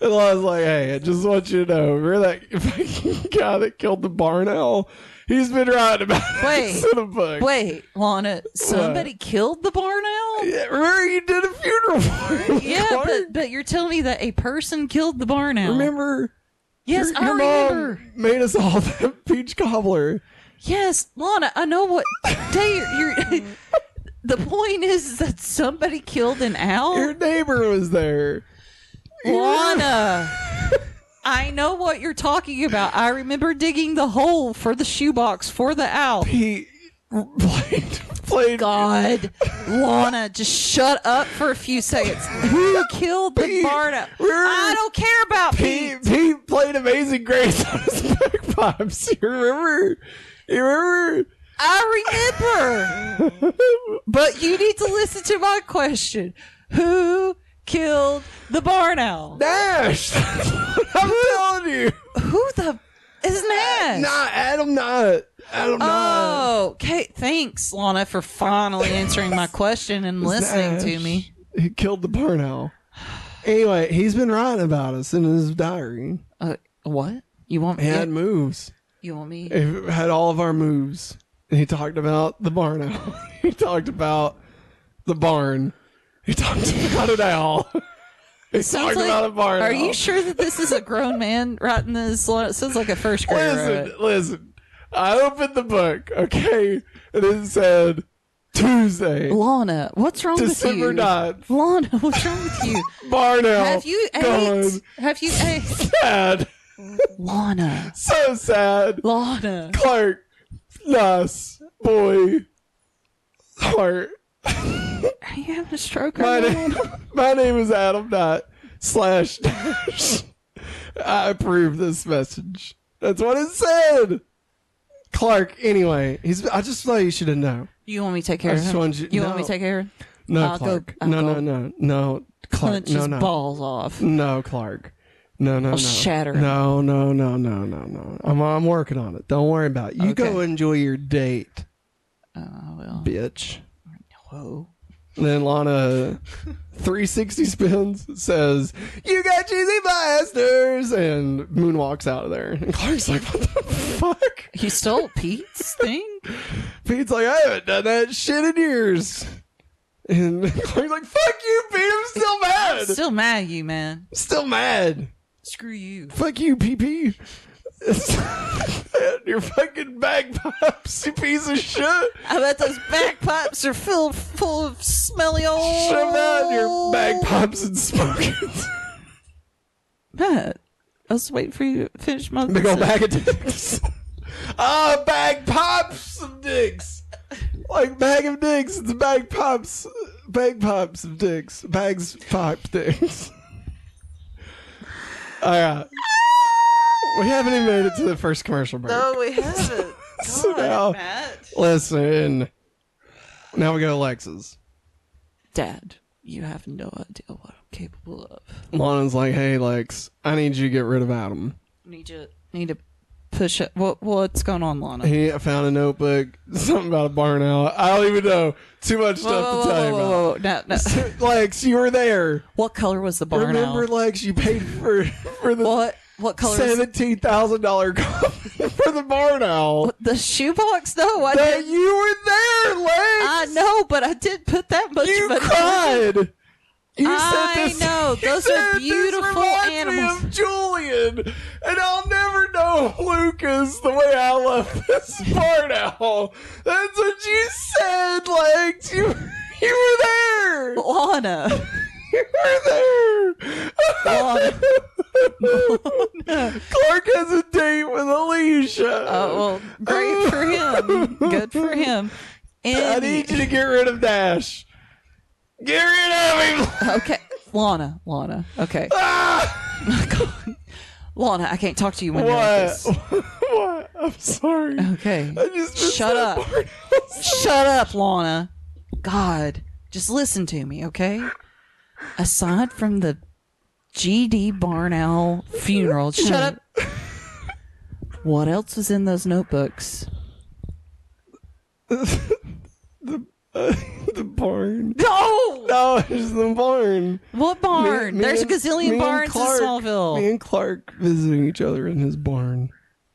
Speaker 1: I was like, hey, I just want you to know, remember that fucking guy that killed the barn owl? He's been writing about it
Speaker 2: Wait.
Speaker 1: in a book.
Speaker 2: Wait, Lana, somebody killed the barn owl?
Speaker 1: Yeah, remember you did a funeral for him.
Speaker 2: <laughs> Yeah,
Speaker 1: Clark?
Speaker 2: but but you're telling me that a person killed the barn owl.
Speaker 1: remember
Speaker 2: yes,
Speaker 1: your,
Speaker 2: I
Speaker 1: your
Speaker 2: remember.
Speaker 1: mom made us all <laughs> that peach cobbler.
Speaker 2: Yes, Lana, I know what <laughs> day you're. you're <laughs> the point is that somebody killed an owl.
Speaker 1: Your neighbor was there. <laughs>
Speaker 2: Lana, I know what you're talking about. I remember digging the hole for the shoebox for the owl.
Speaker 1: He <laughs> played played
Speaker 2: God, Lana, just shut up for a few seconds. Who killed the
Speaker 1: Pete,
Speaker 2: barn owl?
Speaker 1: we're-
Speaker 2: I don't care about Pete.
Speaker 1: Pete, Pete played Amazing Grace on his bagpipes. You remember? You remember?
Speaker 2: I remember. but you need to listen to my question. Who killed the barn owl?
Speaker 1: Nash! <laughs> That's what I'm telling you.
Speaker 2: Who the is Nash?
Speaker 1: Nah, Adam not. Adam not.
Speaker 2: Oh, okay. Thanks, Lana, for finally answering my question and listening to
Speaker 1: Nash.
Speaker 2: me.
Speaker 1: He killed the barn owl. Anyway, he's been writing about us in his diary.
Speaker 2: Uh, what? You want me?
Speaker 1: He had moves.
Speaker 2: You want me?
Speaker 1: He had all of our moves. And he talked about the barn owl. <laughs> he talked about the barn. He talked about an owl. <laughs> he
Speaker 2: Sounds
Speaker 1: talked
Speaker 2: like-
Speaker 1: about a barn
Speaker 2: Are
Speaker 1: owl.
Speaker 2: you sure that this is a grown man writing this? Lana? It sounds like
Speaker 1: <laughs>
Speaker 2: a first grader.
Speaker 1: Listen, listen. I opened the book, okay, and it said Tuesday,
Speaker 2: Lana, what's wrong
Speaker 1: December Oh,
Speaker 2: with you?
Speaker 1: 9th,
Speaker 2: Lana, what's wrong
Speaker 1: <laughs>
Speaker 2: with you?
Speaker 1: barn owl.
Speaker 2: Have you ate?
Speaker 1: gone.
Speaker 2: Have you ate?
Speaker 1: Sad,
Speaker 2: Lana,
Speaker 1: so sad.
Speaker 2: Lana.
Speaker 1: Clark, nice boy, heart.
Speaker 2: Are you having a stroke?
Speaker 1: My
Speaker 2: Right
Speaker 1: name, <laughs> my name is Adam Knott slash Dash. I approve this message. That's what it said. Clark, anyway, he's. I just thought you should have known.
Speaker 2: You want me to take care
Speaker 1: I
Speaker 2: of
Speaker 1: just
Speaker 2: him?
Speaker 1: wanted you-
Speaker 2: you want me
Speaker 1: no.
Speaker 2: to take care of him?
Speaker 1: No,
Speaker 2: I'll go-
Speaker 1: Clark.
Speaker 2: I'll
Speaker 1: no, no,
Speaker 2: go
Speaker 1: no, no, Clark.
Speaker 2: Punch
Speaker 1: No,
Speaker 2: his
Speaker 1: no, <laughs>
Speaker 2: balls off.
Speaker 1: no, Clark. No, no, no.
Speaker 2: shatter him.
Speaker 1: No, no, no, no, no, no. I'm, I'm working on it. Don't worry about it. You go
Speaker 2: Okay.
Speaker 1: enjoy your date,
Speaker 2: Oh, well.
Speaker 1: bitch.
Speaker 2: Whoa.
Speaker 1: And then Lana, 360 spins, says, "You got cheesy blasters," and moonwalks out of there. And Clark's like, "What the fuck?"
Speaker 2: You stole Pete's
Speaker 1: <laughs>
Speaker 2: thing?
Speaker 1: Pete's like, "I haven't done that shit in years." And <laughs> Clark's like, "Fuck you, Pete. I'm still mad.
Speaker 2: <laughs> I'm still mad at you, man.
Speaker 1: still mad."
Speaker 2: Screw you.
Speaker 1: fuck you, PP. <laughs> Your fucking bagpipes, you piece of shit.
Speaker 2: I bet those bagpipes are filled full of smelly old.
Speaker 1: Shove that in your bagpipes and smoke it.
Speaker 2: Matt, I was waiting for you to finish
Speaker 1: <laughs>
Speaker 2: my.
Speaker 1: Big old bag of dicks. <laughs> Ah, bagpipes, some dicks. Like bag of dicks, it's bagpipes, bagpipes of dicks, bags pipe dicks. All right, we haven't even made it to the first commercial break.
Speaker 2: No, we haven't.
Speaker 1: So
Speaker 2: Oh,
Speaker 1: <laughs>
Speaker 2: God,
Speaker 1: now-
Speaker 2: Matt.
Speaker 1: Listen, now we go to Lexus.
Speaker 2: Dad, you have no idea what I'm capable of.
Speaker 1: Lana's like, hey, Lex, I need you to get rid of Adam.
Speaker 2: Need to need to push it. What what's going on, Lana?
Speaker 1: He found a notebook, <laughs> something about a barn owl. I don't even know. Too much
Speaker 2: Whoa,
Speaker 1: stuff
Speaker 2: whoa,
Speaker 1: to tell
Speaker 2: whoa,
Speaker 1: you
Speaker 2: whoa,
Speaker 1: about.
Speaker 2: whoa, No, no.
Speaker 1: <laughs> Lex, you were there.
Speaker 2: What color was the barn
Speaker 1: Remember,
Speaker 2: owl?
Speaker 1: Lex, you paid for <laughs> for the
Speaker 2: What what color? Was
Speaker 1: seventeen thousand dollar <laughs> for the barn owl.
Speaker 2: the shoebox? No, I
Speaker 1: That
Speaker 2: didn't.
Speaker 1: you were there,
Speaker 2: I
Speaker 1: Lex.
Speaker 2: know, but I did put that much.
Speaker 1: you
Speaker 2: money- <laughs>
Speaker 1: cried. You
Speaker 2: I
Speaker 1: said this,
Speaker 2: know.
Speaker 1: you
Speaker 2: Those
Speaker 1: <laughs>
Speaker 2: are
Speaker 1: said,
Speaker 2: beautiful
Speaker 1: this reminds
Speaker 2: animals."
Speaker 1: Me of Julian, and I'll never know Lucas the way I love this <laughs> barn owl. That's what you said, Lex. <laughs> You you were there. <laughs>
Speaker 2: Lana.
Speaker 1: You were there. <laughs> Clark has a date with Alicia.
Speaker 2: Oh well,
Speaker 1: <laughs>
Speaker 2: great for him. Good for him.
Speaker 1: I
Speaker 2: And
Speaker 1: need you to get rid of Dash. Get rid of him. <laughs>
Speaker 2: okay, Lana, Lana. Okay, <laughs>
Speaker 1: Ah!
Speaker 2: Lana, I can't talk to you when you're like
Speaker 1: What?
Speaker 2: this.
Speaker 1: <laughs> what? I'm sorry. <laughs>
Speaker 2: Okay,
Speaker 1: I just missed
Speaker 2: Uh, Shut
Speaker 1: that
Speaker 2: up.
Speaker 1: part.
Speaker 2: shut up, Lana. God, just listen to me, okay? Aside from
Speaker 1: <laughs>
Speaker 2: the GD Barn Owl funeral, shut up. What else was in those notebooks?
Speaker 1: <laughs> the barn.
Speaker 2: No!
Speaker 1: No, it's the barn.
Speaker 2: What barn?
Speaker 1: Me- me
Speaker 2: There's a
Speaker 1: and- me
Speaker 2: gazillion
Speaker 1: and
Speaker 2: barns
Speaker 1: Clark-
Speaker 2: in Smallville.
Speaker 1: Me and Clark visiting each other in his barn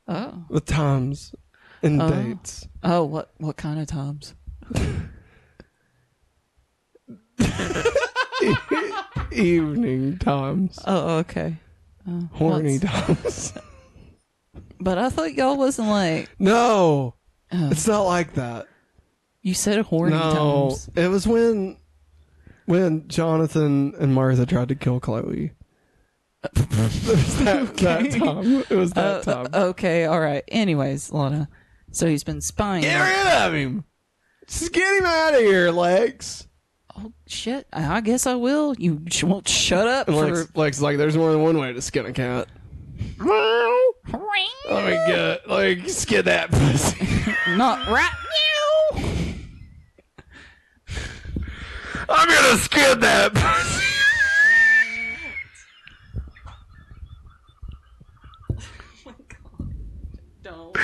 Speaker 2: Oh.
Speaker 1: with times and
Speaker 2: Oh.
Speaker 1: dates.
Speaker 2: Oh, what what kind of Toms?
Speaker 1: Evening times.
Speaker 2: Oh, okay.
Speaker 1: Horny
Speaker 2: Lots. <laughs>
Speaker 1: times.
Speaker 2: But I thought y'all wasn't like
Speaker 1: no,
Speaker 2: Oh.
Speaker 1: it's not like that.
Speaker 2: you said horny
Speaker 1: No,
Speaker 2: Toms.
Speaker 1: it was when when Jonathan and Martha tried to kill
Speaker 2: <laughs>
Speaker 1: Chloe. <laughs> it was that, that time. It was
Speaker 2: Uh,
Speaker 1: that time.
Speaker 2: okay, all right. Anyways, Lana. So he's been spying.
Speaker 1: Get rid of him. Just get him out of here, Lex.
Speaker 2: Oh shit! I I guess I will. You sh- won't shut up
Speaker 1: And
Speaker 2: for
Speaker 1: Lex, Lex is like, there's more than one way to skin a cat. Let me get, like, skin that pussy. <laughs>
Speaker 2: not right now.
Speaker 1: I'm gonna skin that
Speaker 2: <laughs>
Speaker 1: pussy.
Speaker 2: Oh Don't.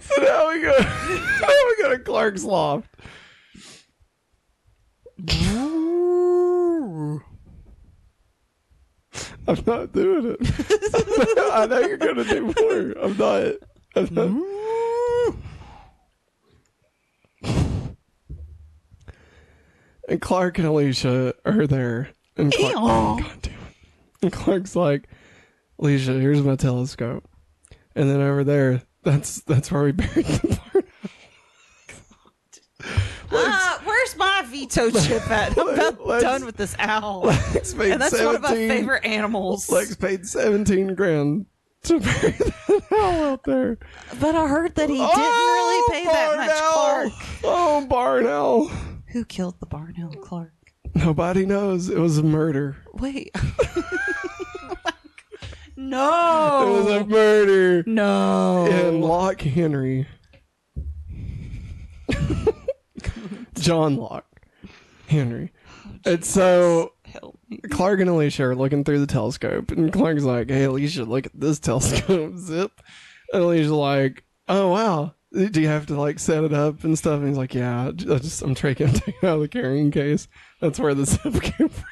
Speaker 1: So now we go, <laughs> now we go to Clark's loft. I'm not doing it. I know you're gonna do more. I'm not. I'm not. and Clark and Alicia are there, and Clark, God damn it. And Clark's like, Alicia, here's my telescope, and then over there, that's that's where we buried the <laughs> barn.
Speaker 2: Uh, where's my veto chip at? I'm about
Speaker 1: Lex-
Speaker 2: done with this owl,
Speaker 1: Lex made
Speaker 2: and that's one of my
Speaker 1: 17
Speaker 2: favorite animals.
Speaker 1: Lex paid seventeen grand to <laughs> bury that owl out there. Oh,
Speaker 2: but I heard that he didn't really pay that much.
Speaker 1: Barnell!
Speaker 2: Clark,
Speaker 1: Oh, Barnell.
Speaker 2: who killed the barn owl, Clark?
Speaker 1: Nobody knows. It was a murder. <laughs>
Speaker 2: Wait.
Speaker 1: It was
Speaker 2: no.
Speaker 1: a murder.
Speaker 2: no.
Speaker 1: And Locke Henry. John Locke Henry. and so
Speaker 2: Help me.
Speaker 1: Clark and Alicia are looking through the telescope, and Clark's like, "Hey, Alicia, look at this telescope." <laughs> Zip, and Alicia's like, "Oh wow, do you have to like set it up and stuff?" And he's like, "Yeah, I just I'm taking <laughs> taking it out of the carrying case. That's where the <laughs> zip came from."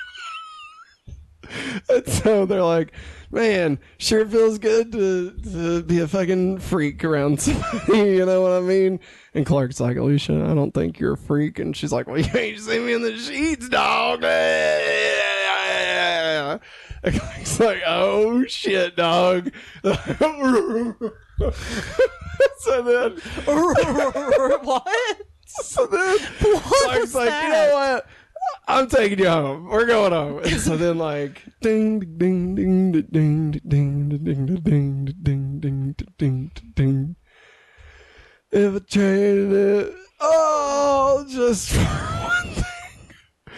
Speaker 1: and <laughs> so they're like, "Man, sure feels good to to be a fucking freak around <laughs> somebody." You know what I mean? And Clark's like, "Alicia, I don't think you're a freak," and she's like, "Well, <laughs> you ain't seen me in the sheets, dog." And Clark's like, "Oh shit, dog." <laughs> so then,
Speaker 2: <laughs> what?
Speaker 1: so then, Clark's
Speaker 2: was
Speaker 1: like, "You
Speaker 2: that?
Speaker 1: know what?" I'm taking you home. We're going home. And so then, like, ding, ding, ding, ding, ding, ding, ding, ding, ding, ding, ding, ding, ding, ding. If I traded it all just for one thing.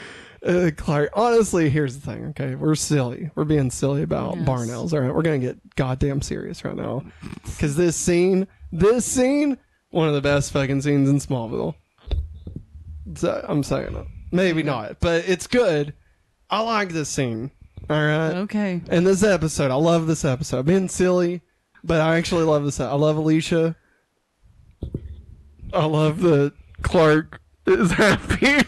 Speaker 1: Uh, Clark, honestly, here's the thing, okay? We're silly. We're being silly about
Speaker 2: Yes.
Speaker 1: Barnells, all right? We're going to get goddamn serious right now. Because this scene, this scene, one of the best fucking scenes in Smallville. So, I'm saying it. Maybe not, but it's good. I like this scene, all right?
Speaker 2: Okay.
Speaker 1: And this episode, I love this episode. Being silly, but I actually love this. I love Alicia. I love that Clark is <laughs> happy.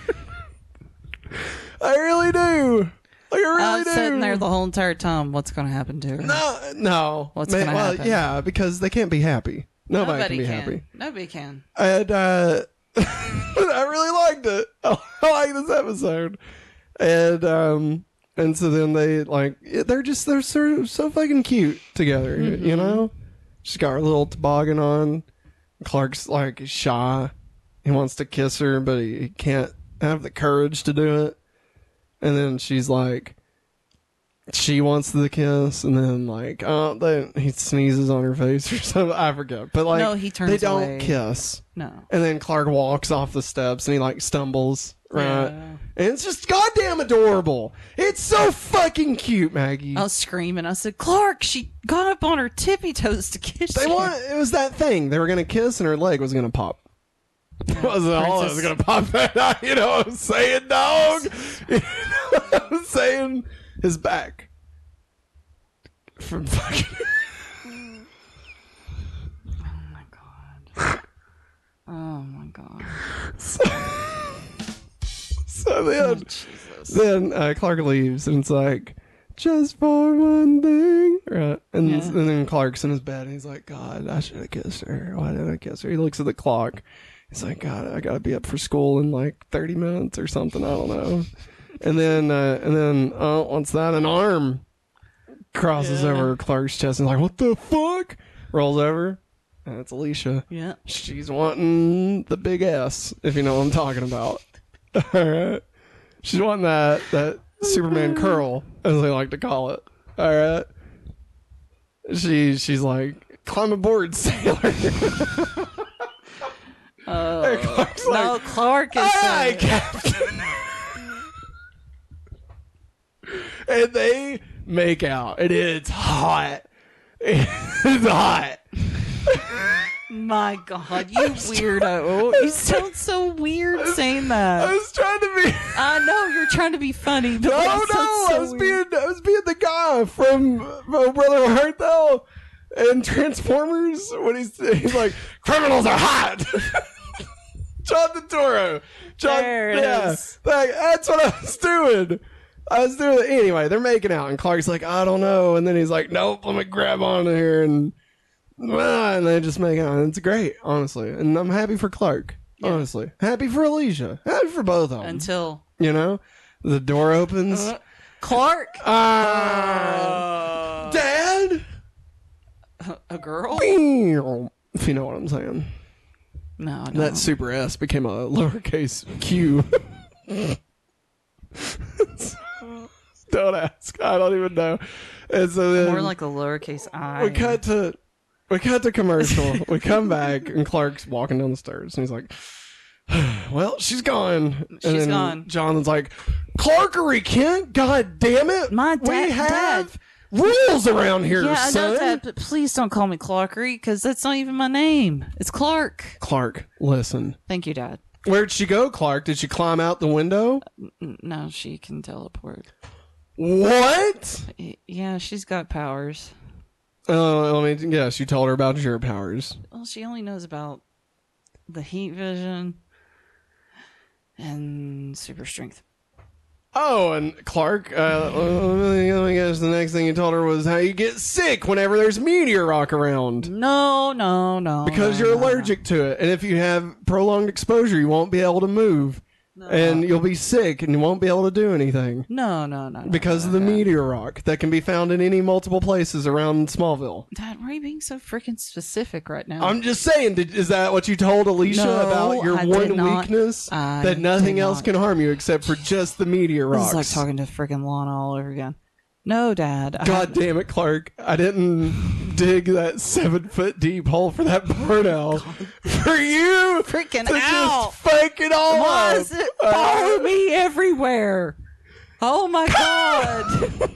Speaker 1: I really do. Like, I really
Speaker 2: I was
Speaker 1: do.
Speaker 2: Uh, sitting there the whole entire time. What's going to happen to her?
Speaker 1: no, no.
Speaker 2: What's
Speaker 1: Man,
Speaker 2: gonna
Speaker 1: well,
Speaker 2: happen?
Speaker 1: yeah, because they can't be happy. Nobody, can be happy.
Speaker 2: Nobody can.
Speaker 1: And uh, <laughs> I really liked it. <laughs> I like this episode. And um, and so then they like they're just they're so so fucking cute together.
Speaker 2: Mm-hmm.
Speaker 1: You know, she's got her little toboggan on. Clark's like shy. He wants to kiss her, but he, he can't have the courage to do it. And then she's like, she wants the kiss, and then like, oh, they, he sneezes on her face or <laughs> something. I forget. But like,
Speaker 2: No, he turns
Speaker 1: They don't
Speaker 2: away.
Speaker 1: kiss.
Speaker 2: No.
Speaker 1: And then Clark walks off the steps and he like stumbles, right?
Speaker 2: Yeah.
Speaker 1: And it's just goddamn adorable. It's so fucking cute, Maggie.
Speaker 2: I was screaming. I said, Clark, she got up on her tippy toes to kiss
Speaker 1: they
Speaker 2: you.
Speaker 1: want it was that thing. They were gonna kiss and her leg was gonna pop. was it all that was gonna pop <laughs> that out? You know what I'm saying, dog? <laughs> You know what I'm saying? His back. From fucking
Speaker 2: Oh my god.
Speaker 1: <laughs> So then,
Speaker 2: Jesus.
Speaker 1: then uh, Clark leaves, and it's like, just for one thing. Right? And,
Speaker 2: Yeah.
Speaker 1: and then Clark's in his bed, and he's like, God, I should have kissed her. Why did I kiss her? He looks at the clock. He's like, God, I gotta be up for school in like 30 minutes or something. I don't know. And then, uh, and then, oh, what's that? An arm crosses over Clark's chest and like, what the fuck? Rolls over. And it's Alicia.
Speaker 2: Yeah.
Speaker 1: She's wanting the big S, if you know what I'm talking about. <laughs> All right. She's wanting that that Superman curl, as they like to call it. All right. She she's like, climb aboard, sailor.
Speaker 2: Oh.
Speaker 1: And Clark's
Speaker 2: No,
Speaker 1: like,
Speaker 2: Clark is.
Speaker 1: "Aye,
Speaker 2: saying-
Speaker 1: Captain. <laughs> and they make out, and it's hot. <laughs> It's hot.
Speaker 2: my
Speaker 1: <laughs>
Speaker 2: god, you weirdo. You sound so weird saying
Speaker 1: I
Speaker 2: that.
Speaker 1: was trying to be.
Speaker 2: I know you're trying to be funny,
Speaker 1: No,
Speaker 2: but that
Speaker 1: Oh, no,
Speaker 2: sounds so
Speaker 1: I was
Speaker 2: weird.
Speaker 1: being I was being the guy from uh, Brother Hartel and Transformers when he's he's like criminals are hot. <laughs> John the Toro, John,
Speaker 2: There it
Speaker 1: yeah,
Speaker 2: is.
Speaker 1: like, that's what I was doing. I was doing anyway. They're making out, and Clark's like, I don't know, and then he's like, Nope, let me grab onto here, and ah, and they just make out. And it's great, honestly, and I'm happy for Clark. Honestly, happy for Alicia, happy for both of them.
Speaker 2: Until
Speaker 1: You know, the door opens.
Speaker 2: Uh-huh. Clark,
Speaker 1: Ah, Dad.
Speaker 2: a girl.
Speaker 1: If you know what I'm saying.
Speaker 2: No, I
Speaker 1: That
Speaker 2: don't.
Speaker 1: super S became a lowercase Q. don't ask. I don't even know. And so then
Speaker 2: more like a lowercase i.
Speaker 1: we cut to we cut to commercial. we come back and Clark's walking down the stairs and he's like, <sighs> "Well, she's gone." And
Speaker 2: She's
Speaker 1: then
Speaker 2: gone.
Speaker 1: Jonathan's like, "Clarkery, Kent. God damn it!
Speaker 2: My
Speaker 1: we
Speaker 2: dad-
Speaker 1: have rules around here,
Speaker 2: yeah, I
Speaker 1: son."
Speaker 2: know that, but please don't call me Clarkery because that's not even my name. It's Clark.
Speaker 1: Clark, listen.
Speaker 2: Thank you, Dad.
Speaker 1: Where'd she go, Clark? Did she climb out the window?
Speaker 2: N- No, she can teleport.
Speaker 1: What?
Speaker 2: Y- Yeah, she's got powers.
Speaker 1: Oh, let me guess. You told her about your powers.
Speaker 2: Well, she only knows about the heat vision and super strength.
Speaker 1: Oh, and Clark, uh, let me- let me guess the next thing you told her was how you get sick whenever there's meteor rock around.
Speaker 2: No, no, no.
Speaker 1: Because
Speaker 2: no,
Speaker 1: you're
Speaker 2: no, no.
Speaker 1: allergic to it. And if you have prolonged exposure, you won't be able to move. And you'll be sick and you won't be able to do anything.
Speaker 2: No, no, no. no,
Speaker 1: Because of
Speaker 2: no,
Speaker 1: the
Speaker 2: no.
Speaker 1: meteor rock that can be found in any multiple places around Smallville.
Speaker 2: Dad, why are you being so freaking specific right now?
Speaker 1: I'm just saying, did, is that what you told Alicia
Speaker 2: No,
Speaker 1: about your
Speaker 2: I did
Speaker 1: one
Speaker 2: not.
Speaker 1: weakness?
Speaker 2: I
Speaker 1: that nothing
Speaker 2: did
Speaker 1: else
Speaker 2: not.
Speaker 1: can harm you except for just the meteor
Speaker 2: this
Speaker 1: rocks.
Speaker 2: is like talking to freaking Lana all over again. No, Dad. I
Speaker 1: God damn it, Clark. I didn't dig that seven foot deep hole for that burnout. For you
Speaker 2: freaking
Speaker 1: to
Speaker 2: out.
Speaker 1: just fake it all
Speaker 2: Why
Speaker 1: up.
Speaker 2: does it follow me everywhere?
Speaker 1: <laughs>
Speaker 2: Oh my god.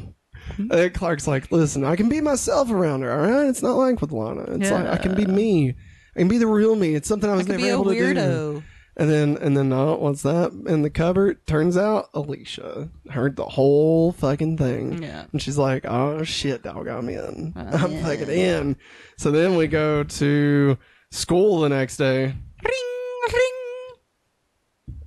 Speaker 1: And then Clark's like, listen, I can be myself around her, alright? It's not like with Lana. It's like I can be me. I can be the real me. It's something I was
Speaker 2: Could
Speaker 1: never
Speaker 2: be a
Speaker 1: able to do.
Speaker 2: weirdo.
Speaker 1: And then, and then, oh, what's that in the cupboard? Turns out Alicia heard the whole fucking thing.
Speaker 2: Yeah.
Speaker 1: And she's like, oh shit, dog, I'm in. <laughs> I'm fucking in. So then we go to school the next day,
Speaker 2: Ring, ring.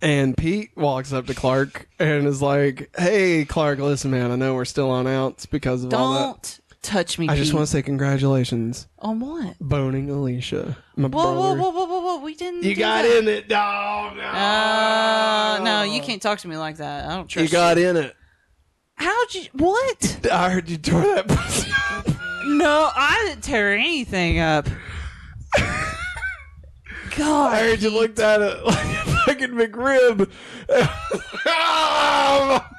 Speaker 1: and Pete walks up to Clark and is like, hey, Clark, listen, man, I know we're still on outs because of all that.
Speaker 2: Don't touch me.
Speaker 1: I just
Speaker 2: Pete.
Speaker 1: want to say congratulations,
Speaker 2: on what?
Speaker 1: boning Alicia, my
Speaker 2: Whoa,
Speaker 1: brother.
Speaker 2: whoa, whoa, whoa, whoa, whoa! We didn't.
Speaker 1: You
Speaker 2: do
Speaker 1: got
Speaker 2: that.
Speaker 1: in it, dog.
Speaker 2: Uh, no, you can't talk to me like that. I don't trust
Speaker 1: You got in it.
Speaker 2: How'd you? What?
Speaker 1: I heard you tore that <laughs> pussy up.
Speaker 2: No, I didn't tear
Speaker 1: <laughs>
Speaker 2: anything up. God,
Speaker 1: I heard you looked at it <laughs> like a fucking McRib. <laughs> Ah!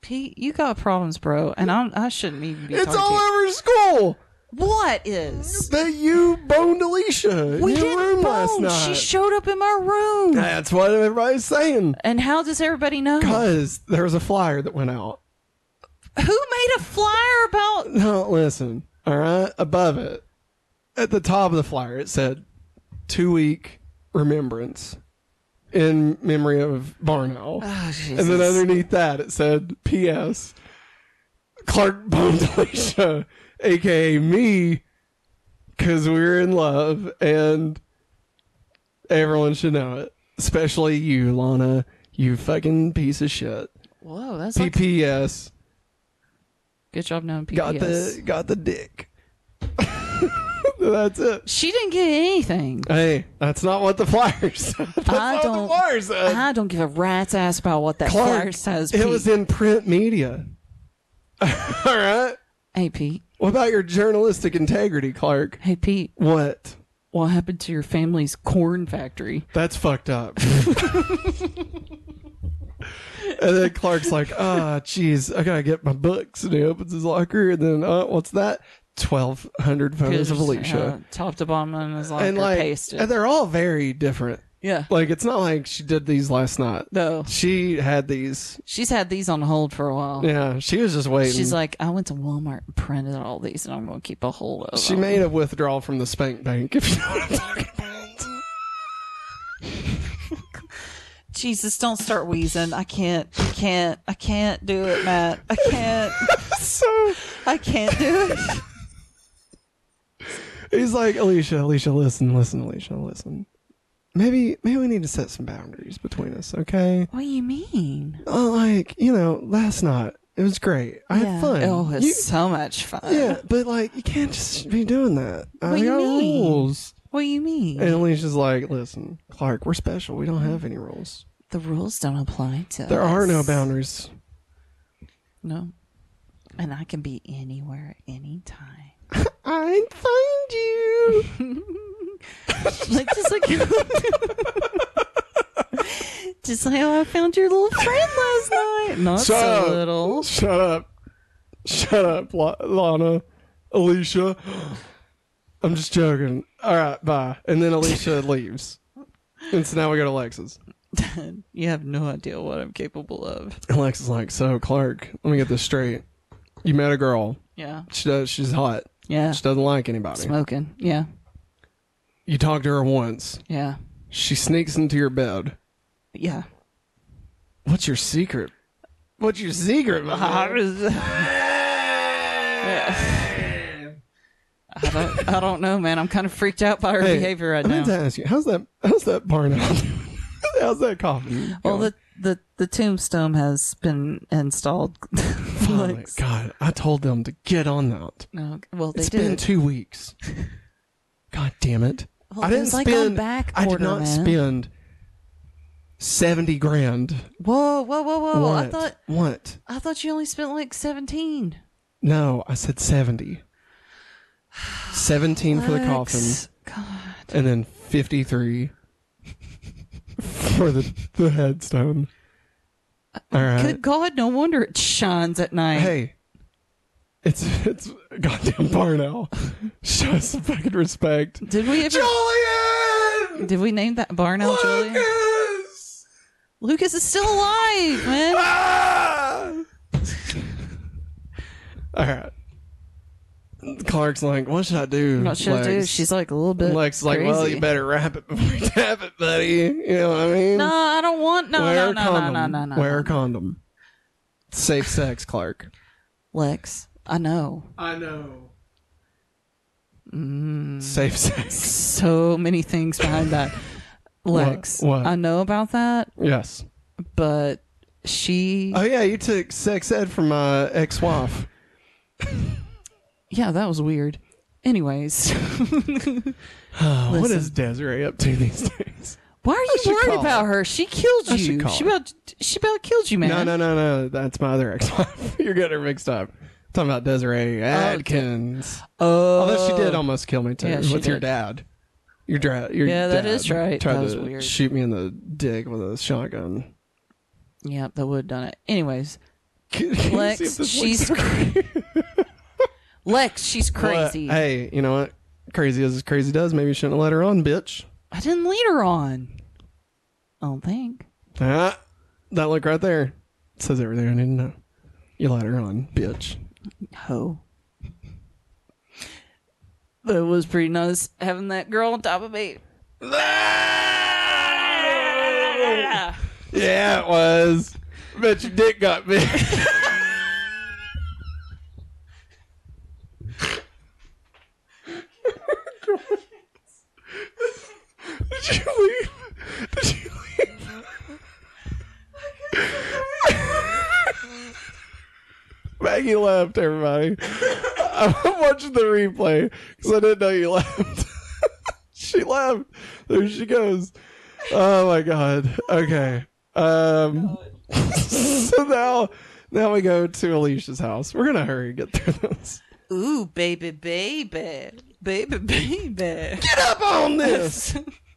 Speaker 2: Pete, you got problems, bro, and I'm I shouldn't even be.
Speaker 1: it's
Speaker 2: talking
Speaker 1: all
Speaker 2: to you.
Speaker 1: over school
Speaker 2: What is?
Speaker 1: that you boned Alicia
Speaker 2: We
Speaker 1: in your
Speaker 2: didn't
Speaker 1: room
Speaker 2: bone.
Speaker 1: last night.
Speaker 2: She showed up in my room.
Speaker 1: That's what everybody's saying.
Speaker 2: and how does everybody know?
Speaker 1: Because there was a flyer that went out.
Speaker 2: Who made a flyer about?
Speaker 1: No, listen. All right. Above it, at the top of the flyer, it said two week remembrance in memory of Barnell.
Speaker 2: Oh,
Speaker 1: And
Speaker 2: Jesus.
Speaker 1: then underneath that, it said, <laughs> P.S. Clark boned Alicia, aka me, because we were in love, and everyone should know it, especially you, Lana. You fucking piece of shit.
Speaker 2: Whoa, that's like,
Speaker 1: PPS
Speaker 2: good job knowing PPS.
Speaker 1: got the got the dick. <laughs> that's it.
Speaker 2: she didn't get anything.
Speaker 1: Hey, that's not what the flyers. <laughs> said. That's
Speaker 2: I
Speaker 1: not
Speaker 2: don't-
Speaker 1: what the flyers. said.
Speaker 2: I don't give a rat's ass about what that
Speaker 1: Uh, Clark,
Speaker 2: flyer says.
Speaker 1: It
Speaker 2: Pete.
Speaker 1: was in print media. <laughs> All right.
Speaker 2: hey Pete.
Speaker 1: What about your journalistic integrity, Clark?
Speaker 2: Hey Pete.
Speaker 1: What?
Speaker 2: What happened to your family's corn factory?
Speaker 1: That's fucked
Speaker 2: <laughs>
Speaker 1: up. <laughs> and then Clark's like, ah, jeez, I gotta get my books. And he opens his locker, and then, uh, what's that? 1,200 photos of Alicia.
Speaker 2: Uh, top to bottom and his locker
Speaker 1: and like,
Speaker 2: pasted.
Speaker 1: and they're all very different.
Speaker 2: yeah.
Speaker 1: Like, it's not like she did these last night.
Speaker 2: No.
Speaker 1: She had these.
Speaker 2: She's had these on hold for a while.
Speaker 1: Yeah, she was just waiting.
Speaker 2: She's like, I went to Walmart and printed all these, and I'm going to keep a hold of
Speaker 1: She
Speaker 2: them.
Speaker 1: made a withdrawal from the spank bank, if you know what I'm
Speaker 2: <laughs>
Speaker 1: talking about.
Speaker 2: Jesus, don't start wheezing. I can't, I can't, I can't do it, Matt. I can't,
Speaker 1: So
Speaker 2: I can't do it.
Speaker 1: he's like, Alicia, Alicia, listen, listen, Alicia, listen. Maybe, maybe we need to set some boundaries between us, okay?
Speaker 2: <laughs> What do you mean?
Speaker 1: Uh, like, you know, last night it was great. I had fun.
Speaker 2: Oh, it's
Speaker 1: You-
Speaker 2: so much fun.
Speaker 1: <laughs> yeah, but like, you can't just be doing that. I
Speaker 2: What do
Speaker 1: mean,
Speaker 2: you
Speaker 1: our
Speaker 2: mean?
Speaker 1: rules.
Speaker 2: What do you mean?
Speaker 1: And Alicia's like, listen, Clark, we're special. We don't have any rules.
Speaker 2: the rules don't apply to
Speaker 1: There are no
Speaker 2: us.
Speaker 1: boundaries.
Speaker 2: No. And I can be anywhere, anytime.
Speaker 1: I'd find you.
Speaker 2: like just like just like how I found your little friend last night. Not
Speaker 1: Shut
Speaker 2: so
Speaker 1: up.
Speaker 2: little.
Speaker 1: Shut up. Shut up, La- Lana. Alicia. I'm just joking. All right, bye. And then
Speaker 2: <laughs>
Speaker 1: Alicia leaves. And so now we go to Alexis.
Speaker 2: You have no idea what I'm capable of.
Speaker 1: Alexis like, so Clark, let me get this straight. You met a girl.
Speaker 2: Yeah.
Speaker 1: She does, she's hot.
Speaker 2: Yeah.
Speaker 1: She doesn't like anybody.
Speaker 2: Smoking. Yeah.
Speaker 1: You talk to her once.
Speaker 2: Yeah.
Speaker 1: She sneaks into your bed.
Speaker 2: Yeah.
Speaker 1: What's your secret? What's your secret? my
Speaker 2: I
Speaker 1: man?
Speaker 2: was- <laughs> Yeah. I don't, I don't know, man. I'm kind of freaked out by her
Speaker 1: Hey,
Speaker 2: behavior right
Speaker 1: I meant
Speaker 2: now.
Speaker 1: to ask you, how's that? How's that barn out? <laughs> how's that coffee?
Speaker 2: Well,
Speaker 1: going?
Speaker 2: the, the, the tombstone has been installed. <laughs>
Speaker 1: Oh my
Speaker 2: Like,
Speaker 1: God, I told them to get on that.
Speaker 2: no, well, they
Speaker 1: It's
Speaker 2: did.
Speaker 1: been two
Speaker 2: <laughs>
Speaker 1: weeks. God damn it!
Speaker 2: Well,
Speaker 1: I
Speaker 2: it
Speaker 1: didn't
Speaker 2: was like on
Speaker 1: spend.
Speaker 2: back
Speaker 1: I did
Speaker 2: order,
Speaker 1: not
Speaker 2: man.
Speaker 1: spend seventy grand.
Speaker 2: Whoa, whoa, whoa, whoa!
Speaker 1: what?
Speaker 2: I thought
Speaker 1: what?
Speaker 2: I thought you only spent like seventeen.
Speaker 1: No, I said seventy. Seventeen for the coffin,
Speaker 2: Lex, God,
Speaker 1: and then fifty-three <laughs> for the the headstone.
Speaker 2: Uh,
Speaker 1: All right.
Speaker 2: good God! No wonder it shines at night.
Speaker 1: Uh, Hey, it's it's goddamn Barnell. Show us some fucking respect.
Speaker 2: Did we ever?
Speaker 1: Julian!
Speaker 2: Did we name that barn out Julia?
Speaker 1: Lucas!
Speaker 2: Lucas is still alive, man.
Speaker 1: Ah! All right. Clark's like, what should I do?
Speaker 2: What should I do?
Speaker 1: Lex?"
Speaker 2: She's like a little bit.
Speaker 1: Lex is like,
Speaker 2: crazy.
Speaker 1: well, you better wrap it before you tap it, buddy. You know what I mean?
Speaker 2: No, I don't want. No,
Speaker 1: Wear
Speaker 2: no,
Speaker 1: a
Speaker 2: no, no,
Speaker 1: condom.
Speaker 2: no, no, no.
Speaker 1: Wear a condom. Safe sex, Clark.
Speaker 2: Lex, I know
Speaker 1: I know.
Speaker 2: Mm.
Speaker 1: Safe sex.
Speaker 2: so many things behind that. Lex,
Speaker 1: What?
Speaker 2: I know about that,
Speaker 1: Yes.
Speaker 2: but she.
Speaker 1: Oh yeah, you took sex ed from my
Speaker 2: <sighs>
Speaker 1: ex-wife.
Speaker 2: yeah, that was weird. Anyways, <laughs>
Speaker 1: what is Desiree up to these days?
Speaker 2: why are
Speaker 1: should
Speaker 2: you worried
Speaker 1: call
Speaker 2: about
Speaker 1: her.
Speaker 2: her? She killed
Speaker 1: I should
Speaker 2: you.
Speaker 1: call
Speaker 2: She
Speaker 1: her.
Speaker 2: about she about killed you, man.
Speaker 1: No, no, no, no. That's my other ex-wife. <laughs> You're getting her mixed up. Talking about Desiree Adkins.
Speaker 2: Oh,
Speaker 1: Although she did um, almost kill me too
Speaker 2: Yeah, she
Speaker 1: with your
Speaker 2: did.
Speaker 1: dad. Your, dra- your
Speaker 2: Yeah, that
Speaker 1: dad
Speaker 2: is right.
Speaker 1: Tried
Speaker 2: That was
Speaker 1: to
Speaker 2: weird.
Speaker 1: shoot me in the dick with a shotgun. <laughs>
Speaker 2: Yeah, that would have done it. Anyways,
Speaker 1: Can- can you
Speaker 2: Lex,
Speaker 1: see if this <laughs>
Speaker 2: she's
Speaker 1: looks okay?
Speaker 2: Lex, she's
Speaker 1: But,
Speaker 2: crazy.
Speaker 1: hey, you know what? Crazy as crazy does. Maybe you shouldn't have let her on, bitch.
Speaker 2: I didn't lead her on. I don't think.
Speaker 1: Ah, that look right there says everything I need to know. You let her on, bitch.
Speaker 2: Ho. But it was pretty nice having that girl on top of me.
Speaker 1: yeah, it was. Bet your dick got big. Maggie left, everybody. I'm watching the replay because I didn't know you left. <laughs> she left. There she goes. Oh my god. Okay. Um. <laughs> so now, now we go to Alicia's house. We're gonna hurry and get through this.
Speaker 2: Ooh, baby, baby, baby, baby.
Speaker 1: Get up on this.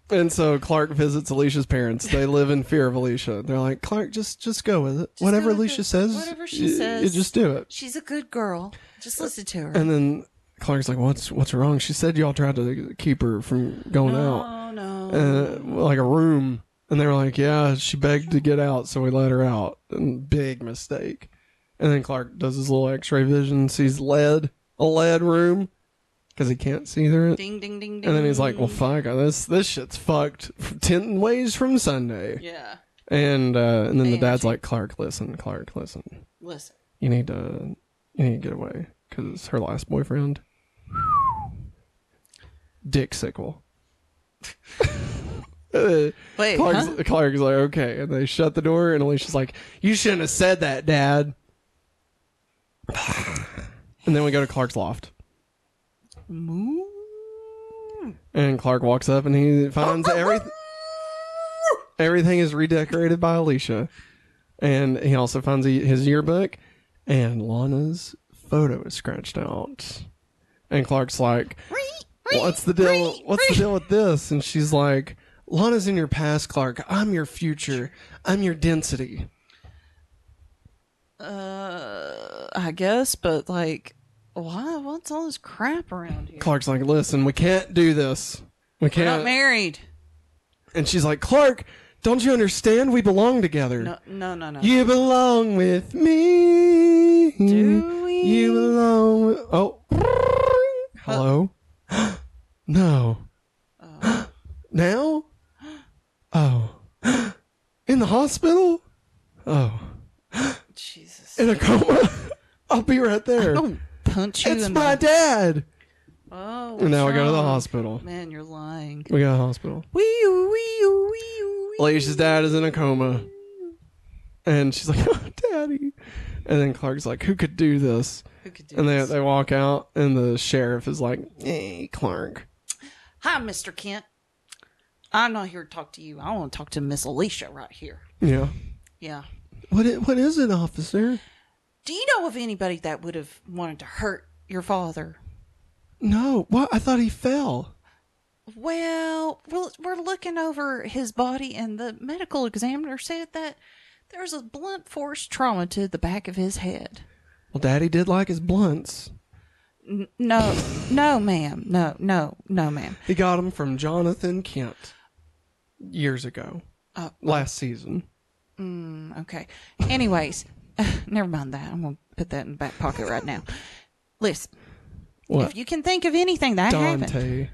Speaker 1: And so Clark visits Alicia's parents. They live in fear of Alicia. They're like, Clark, just just go with it. whatever
Speaker 2: go with
Speaker 1: Alicia
Speaker 2: it.
Speaker 1: says,
Speaker 2: Whatever she
Speaker 1: you-
Speaker 2: says.
Speaker 1: you just do it.
Speaker 2: <laughs> She's a good girl. Just listen to her.
Speaker 1: And then Clark's like, "What's what's wrong?" She said y'all tried to keep her from going out,
Speaker 2: Oh no.
Speaker 1: uh, like a room. And they were like, "Yeah, she begged to get out, so we let her out." And big mistake. And then Clark does his little X-ray vision, sees lead, a lead room, because he can't see through it.
Speaker 2: ding, ding, ding, ding.
Speaker 1: And then he's like, "Well, fuck, this this shit's fucked ten ways from Sunday."
Speaker 2: yeah,
Speaker 1: And uh, and then the
Speaker 2: And
Speaker 1: dad's like, "Clark, listen, Clark, listen,
Speaker 2: listen.
Speaker 1: you need to you need to get away because it's her last boyfriend." <sighs> Dick sickle. <laughs> Uh,
Speaker 2: Wait,
Speaker 1: Clark's,
Speaker 2: huh?
Speaker 1: Clark's like, okay, and they shut the door, and Alicia's like, "You shouldn't have said that, Dad." and then we go to Clark's loft. And Clark walks up and he finds everything. Everything is redecorated by Alicia, and he also finds he- his yearbook, and Lana's photo is scratched out. And Clark's like, "What's the deal? What's the deal with this?" And she's like, "Lana's in your past, Clark. I'm your future. I'm your density."
Speaker 2: Uh, I guess, but like, why? What's all this crap around here?
Speaker 1: Clark's like, "Listen, we can't do this. We
Speaker 2: We're not
Speaker 1: can't."
Speaker 2: married.
Speaker 1: and she's like, "Clark, don't you understand? We belong together."
Speaker 2: No, no, no, no.
Speaker 1: You belong with me.
Speaker 2: Do we?
Speaker 1: You belong. With, oh. Hello. <gasps> no. <gasps> now. Oh. <gasps> In the hospital. Oh.
Speaker 2: Jesus.
Speaker 1: In a coma. <laughs> I'll be right there.
Speaker 2: Don't punch you
Speaker 1: It's
Speaker 2: in
Speaker 1: my
Speaker 2: the.
Speaker 1: dad.
Speaker 2: Oh, what's
Speaker 1: And now we go to the
Speaker 2: wrong?
Speaker 1: hospital.
Speaker 2: Man, you're lying.
Speaker 1: We go to the hospital.
Speaker 2: Wee wee wee wee.
Speaker 1: Alicia's dad is in a coma. And she's like, <laughs> oh, daddy. And then Clark's like, who could do this?
Speaker 2: Who could do
Speaker 1: And they,
Speaker 2: this?
Speaker 1: they walk out, and the sheriff is like, hey, Clark.
Speaker 2: Hi, Mister Kent. I'm not here to talk to you. I want to talk to Miss Alicia right here.
Speaker 1: Yeah.
Speaker 2: Yeah.
Speaker 1: What i- what is it, officer?
Speaker 2: Do you know of anybody that would have wanted to hurt your father?
Speaker 1: No. What? I thought he fell.
Speaker 2: Well, we're we're looking over his body, and the medical examiner said that there's a blunt force trauma to the back of his head.
Speaker 1: Well, daddy did like his blunts.
Speaker 2: N- no, no, ma'am. No, no, no, ma'am.
Speaker 1: He got them from Jonathan Kent years ago,
Speaker 2: Oh.
Speaker 1: last season.
Speaker 2: Mm, okay. Anyways, <laughs> never mind that. I'm going to put that in the back pocket right now. Listen,
Speaker 1: What?
Speaker 2: if you can think of anything that happened,
Speaker 1: Dante.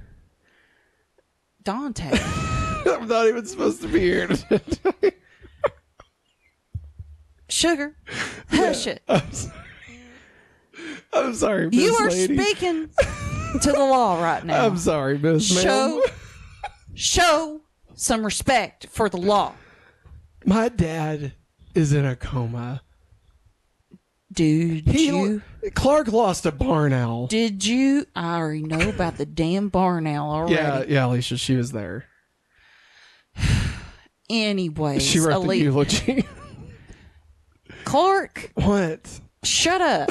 Speaker 2: Dante.
Speaker 1: <laughs> I'm not even supposed to be here today. <laughs>
Speaker 2: Sugar, hush it.
Speaker 1: I'm sorry. I'm sorry, Miss
Speaker 2: You are
Speaker 1: Lady.
Speaker 2: speaking to the law right now.
Speaker 1: I'm sorry, Miss Ma'am.
Speaker 2: show show some respect for the law.
Speaker 1: My dad is in a coma.
Speaker 2: Did
Speaker 1: He
Speaker 2: you
Speaker 1: Clark lost a barn owl.
Speaker 2: did you I already know about the damn barn owl already.
Speaker 1: Yeah, yeah, Alicia, she was there.
Speaker 2: Anyways,
Speaker 1: She wrote
Speaker 2: Ali-
Speaker 1: the eulogy. <laughs>
Speaker 2: Clark,
Speaker 1: what? <laughs>
Speaker 2: shut up.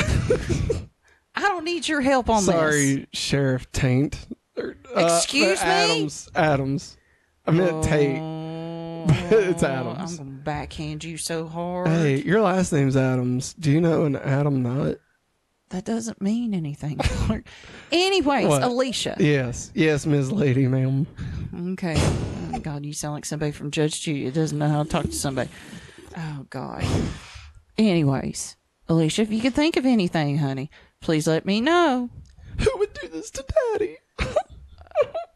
Speaker 2: I don't need your help on
Speaker 1: Sorry,
Speaker 2: this.
Speaker 1: Sheriff Taint. Or,
Speaker 2: Excuse
Speaker 1: uh,
Speaker 2: me?
Speaker 1: Adams. Adams. I meant Tate. <laughs> it's
Speaker 2: Oh, I'm
Speaker 1: Adams.
Speaker 2: gonna backhand you so hard.
Speaker 1: Hey, your last name's Adams. Do you know an Adam Nut?
Speaker 2: That doesn't mean anything, Clark. Anyways,
Speaker 1: What?
Speaker 2: Alicia.
Speaker 1: Yes, yes, Miss Lady, ma'am.
Speaker 2: Okay. Oh, God, you sound like somebody from Judge Judy that doesn't know how to talk to somebody. Oh, God. Anyways, Alicia, if you can think of anything, honey, please let me know.
Speaker 1: Who would do this to Daddy?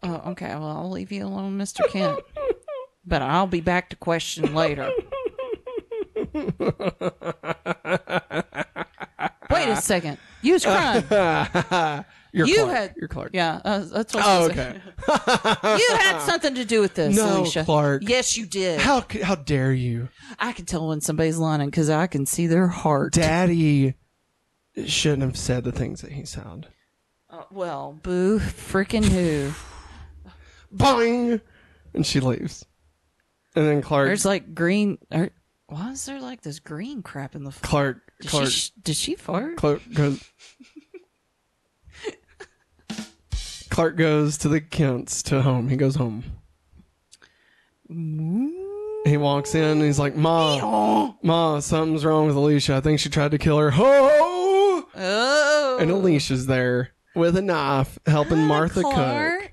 Speaker 2: Oh, okay. Well, I'll leave you alone, Mr. Kent. But I'll be back to
Speaker 1: <laughs>
Speaker 2: question later. Wait a second. You was crying.
Speaker 1: You're
Speaker 2: You
Speaker 1: Clark.
Speaker 2: had-
Speaker 1: You're Clark.
Speaker 2: Yeah, uh, that's what I
Speaker 1: Oh,
Speaker 2: was <laughs>
Speaker 1: okay.
Speaker 2: saying. You had something to do with this,
Speaker 1: No,
Speaker 2: Alicia.
Speaker 1: Clark.
Speaker 2: Yes, you did.
Speaker 1: How c- how dare you,
Speaker 2: I can tell when somebody's lying because I can see their heart.
Speaker 1: Daddy? shouldn't have said the things that he said.
Speaker 2: Uh, well, boo, freaking who?
Speaker 1: Boing! And she leaves. And then Clark,
Speaker 2: There's like green. Or, why is there like this green crap in the? F-
Speaker 1: Clark,
Speaker 2: did,
Speaker 1: Clark,
Speaker 2: She, did she fart?
Speaker 1: Clark goes. Clark goes to the Kents to home. He goes home. He walks in and he's like, Ma, Ma, something's wrong with Alicia. I think she tried to kill her. Ho!
Speaker 2: Oh,
Speaker 1: And Alicia's there with a knife helping
Speaker 2: Hi,
Speaker 1: Martha
Speaker 2: Clark.
Speaker 1: cook.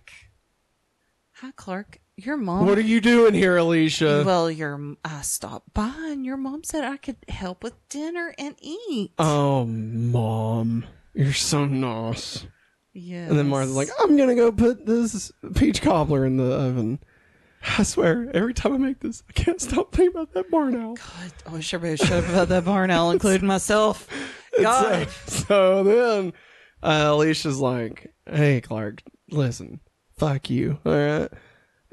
Speaker 2: Hi, Clark. Your mom.
Speaker 1: What are you doing here, Alicia?
Speaker 2: well, your I stopped by, and your mom said I could help with dinner and eat.
Speaker 1: oh, Mom. You're so nice.
Speaker 2: yeah.
Speaker 1: And then Martha's like, I'm gonna go put this peach cobbler in the oven. <sighs> I swear, every time I make this, I can't stop thinking about that barn owl.
Speaker 2: God, I wish everybody would shut up about that
Speaker 1: <laughs>
Speaker 2: barn owl, including myself.
Speaker 1: And
Speaker 2: God.
Speaker 1: So, so then uh, Alicia's like, Hey Clark, listen, fuck you, all right.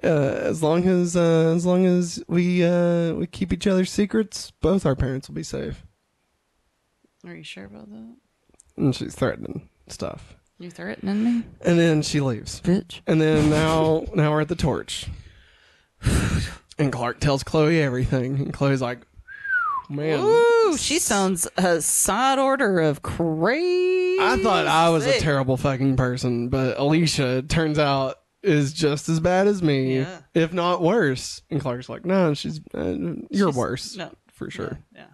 Speaker 1: Uh, as long as uh, as long as we uh, we keep each other's secrets, both our parents will be safe.
Speaker 2: Are you sure about that?
Speaker 1: And she's threatening stuff,
Speaker 2: You threatening me,
Speaker 1: and then she leaves.
Speaker 2: bitch?
Speaker 1: And then now now we're at the torch. And Clark tells Chloe everything. And Chloe's like, man.
Speaker 2: Ooh, she sounds a side order of crazy.
Speaker 1: I thought I was a terrible fucking person, but Alicia, it turns out, is just as bad as me,
Speaker 2: Yeah.
Speaker 1: if not worse. And Clark's like, no, she's, uh, you're
Speaker 2: She's-
Speaker 1: worse.
Speaker 2: no.
Speaker 1: For sure.
Speaker 2: Yeah.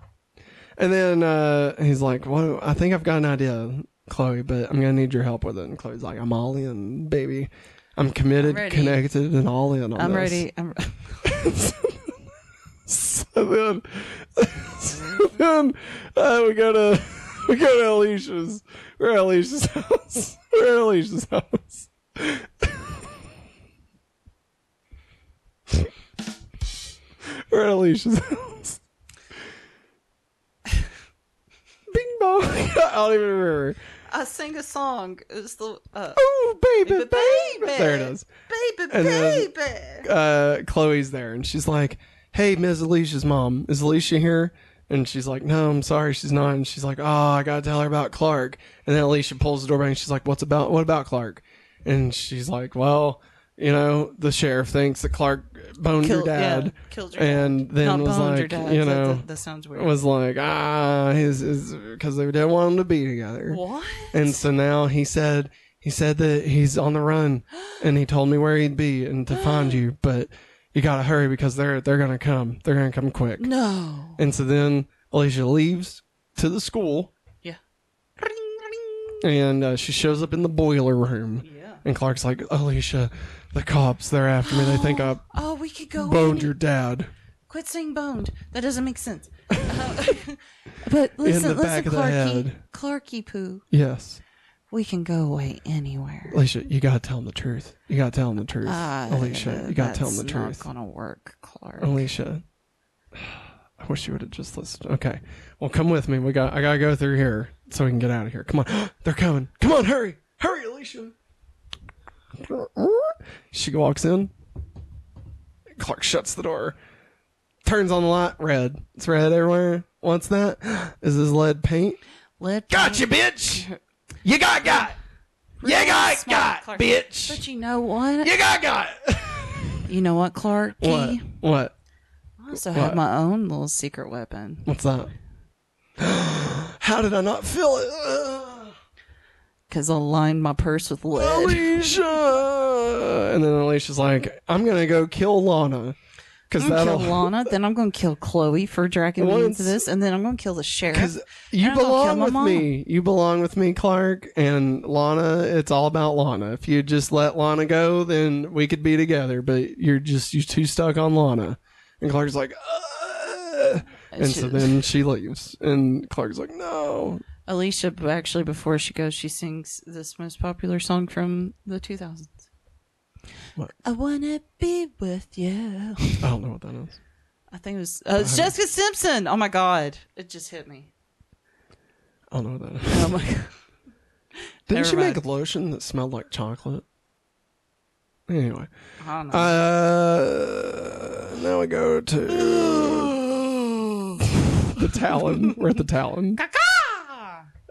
Speaker 1: And then uh, he's like, well, I think I've got an idea, Chloe, but I'm going to need your help with it. And Chloe's like, I'm all in, baby. I'm committed,
Speaker 2: I'm ready.
Speaker 1: connected, and all in on
Speaker 2: I'm
Speaker 1: this."
Speaker 2: ready. I'm
Speaker 1: So then, so then uh, we go to we go to Alicia's. We're at Alicia's house. We're at Alicia's house. We're at Alicia's house. Bing bong. I don't even remember.
Speaker 2: <laughs> I sing a song. It's the uh,
Speaker 1: Oh, baby,
Speaker 2: Baby, baby.
Speaker 1: baby. There it is.
Speaker 2: baby,
Speaker 1: And then-
Speaker 2: baby.
Speaker 1: uh, Chloe's there, and she's like, "Hey, Ms. Alicia's mom, is Alicia here?" And she's like, "No, I'm sorry, she's not." And she's like, "Oh, I gotta tell her about Clark." And then Alicia pulls the door back, and she's like, "What's about? What about Clark?" And she's like, "Well, you know, the sheriff thinks that Clark boned your
Speaker 2: Killed- yeah,
Speaker 1: dad,
Speaker 2: killed your dad.
Speaker 1: and then
Speaker 2: Not
Speaker 1: was
Speaker 2: boned your
Speaker 1: like,
Speaker 2: dad.
Speaker 1: you
Speaker 2: That-
Speaker 1: know."
Speaker 2: that, that sounds weird.
Speaker 1: was like ah his is because they didn't want them to be together
Speaker 2: what?
Speaker 1: and so now he said he said that he's on the run and he told me where he'd be and to find you, but you gotta hurry because they're they're gonna come. They're gonna come quick.
Speaker 2: No.
Speaker 1: And so then Alicia leaves to the school
Speaker 2: Yeah.
Speaker 1: and uh, she shows up in the boiler room.
Speaker 2: Yeah.
Speaker 1: And Clark's like, Alicia, the cops, they're after me. They think
Speaker 2: <gasps>
Speaker 1: I
Speaker 2: Oh, we could go.
Speaker 1: boned
Speaker 2: in.
Speaker 1: your dad.
Speaker 2: Quit saying boned. That doesn't
Speaker 1: <laughs>
Speaker 2: make sense. Uh, <laughs> but listen,
Speaker 1: the
Speaker 2: listen,
Speaker 1: back of the
Speaker 2: Clarky,
Speaker 1: head.
Speaker 2: Clarky poo.
Speaker 1: Yes.
Speaker 2: We can go away anywhere.
Speaker 1: Alicia, you gotta tell him the truth. You gotta tell him the truth.
Speaker 2: Uh,
Speaker 1: Alicia, you gotta tell him the
Speaker 2: that's
Speaker 1: truth. Oh
Speaker 2: Not gonna work, Clark.
Speaker 1: Alicia. I wish you would have just listened. Okay. Well, come with me. We got I gotta go through here so we can get out of here. Come on. <gasps> They're coming. Come on, hurry. Hurry, Alicia. <gasps> She walks in. Clark shuts the door. Turns on the light. Red. It's red everywhere. What's that? <gasps> Is this lead paint?
Speaker 2: Let
Speaker 4: Gotcha, bitch! You got got! You got got,
Speaker 2: Clark.
Speaker 4: bitch!
Speaker 2: But you know what?
Speaker 4: You got got!
Speaker 2: You know what, Clark?
Speaker 1: What? What?
Speaker 2: I also have
Speaker 1: What?
Speaker 2: my own little secret weapon.
Speaker 1: What's that? <gasps> How did I not feel it? Ugh.
Speaker 2: Because I lined my purse with lead.
Speaker 1: <gasps> Alicia! And then Alicia's like, I'm gonna go kill Lana. Because
Speaker 2: I'm gonna
Speaker 1: that'll.
Speaker 2: kill Lana, then I'm gonna kill Chloe for dragging
Speaker 1: Well,
Speaker 2: me into
Speaker 1: it's-
Speaker 2: this, and then I'm gonna kill the sheriff.
Speaker 1: Because you
Speaker 2: I'm gonna kill
Speaker 1: belong
Speaker 2: my
Speaker 1: with
Speaker 2: mom.
Speaker 1: me. You belong with me, Clark. And Lana, it's all about Lana. If you just let Lana go, then we could be together. But you're just, you're too stuck on Lana. And Clark's like, Ugh. And so
Speaker 2: She-
Speaker 1: then she leaves. And Clark's like, no.
Speaker 2: Alicia, b- actually, before she goes, she sings this most popular song from the 2000s.
Speaker 1: What?
Speaker 2: I wanna be with you.
Speaker 1: I don't know what that is.
Speaker 2: I think it was uh, it's Jessica Simpson. Oh my god, it just hit me.
Speaker 1: I don't know what that is.
Speaker 2: Oh my <laughs> god.
Speaker 1: Didn't
Speaker 2: Never
Speaker 1: she make
Speaker 2: mind.
Speaker 1: lotion that smelled like chocolate? Anyway.
Speaker 2: I don't know.
Speaker 1: Uh, now we go to <laughs> the Talon. We're at the Talon.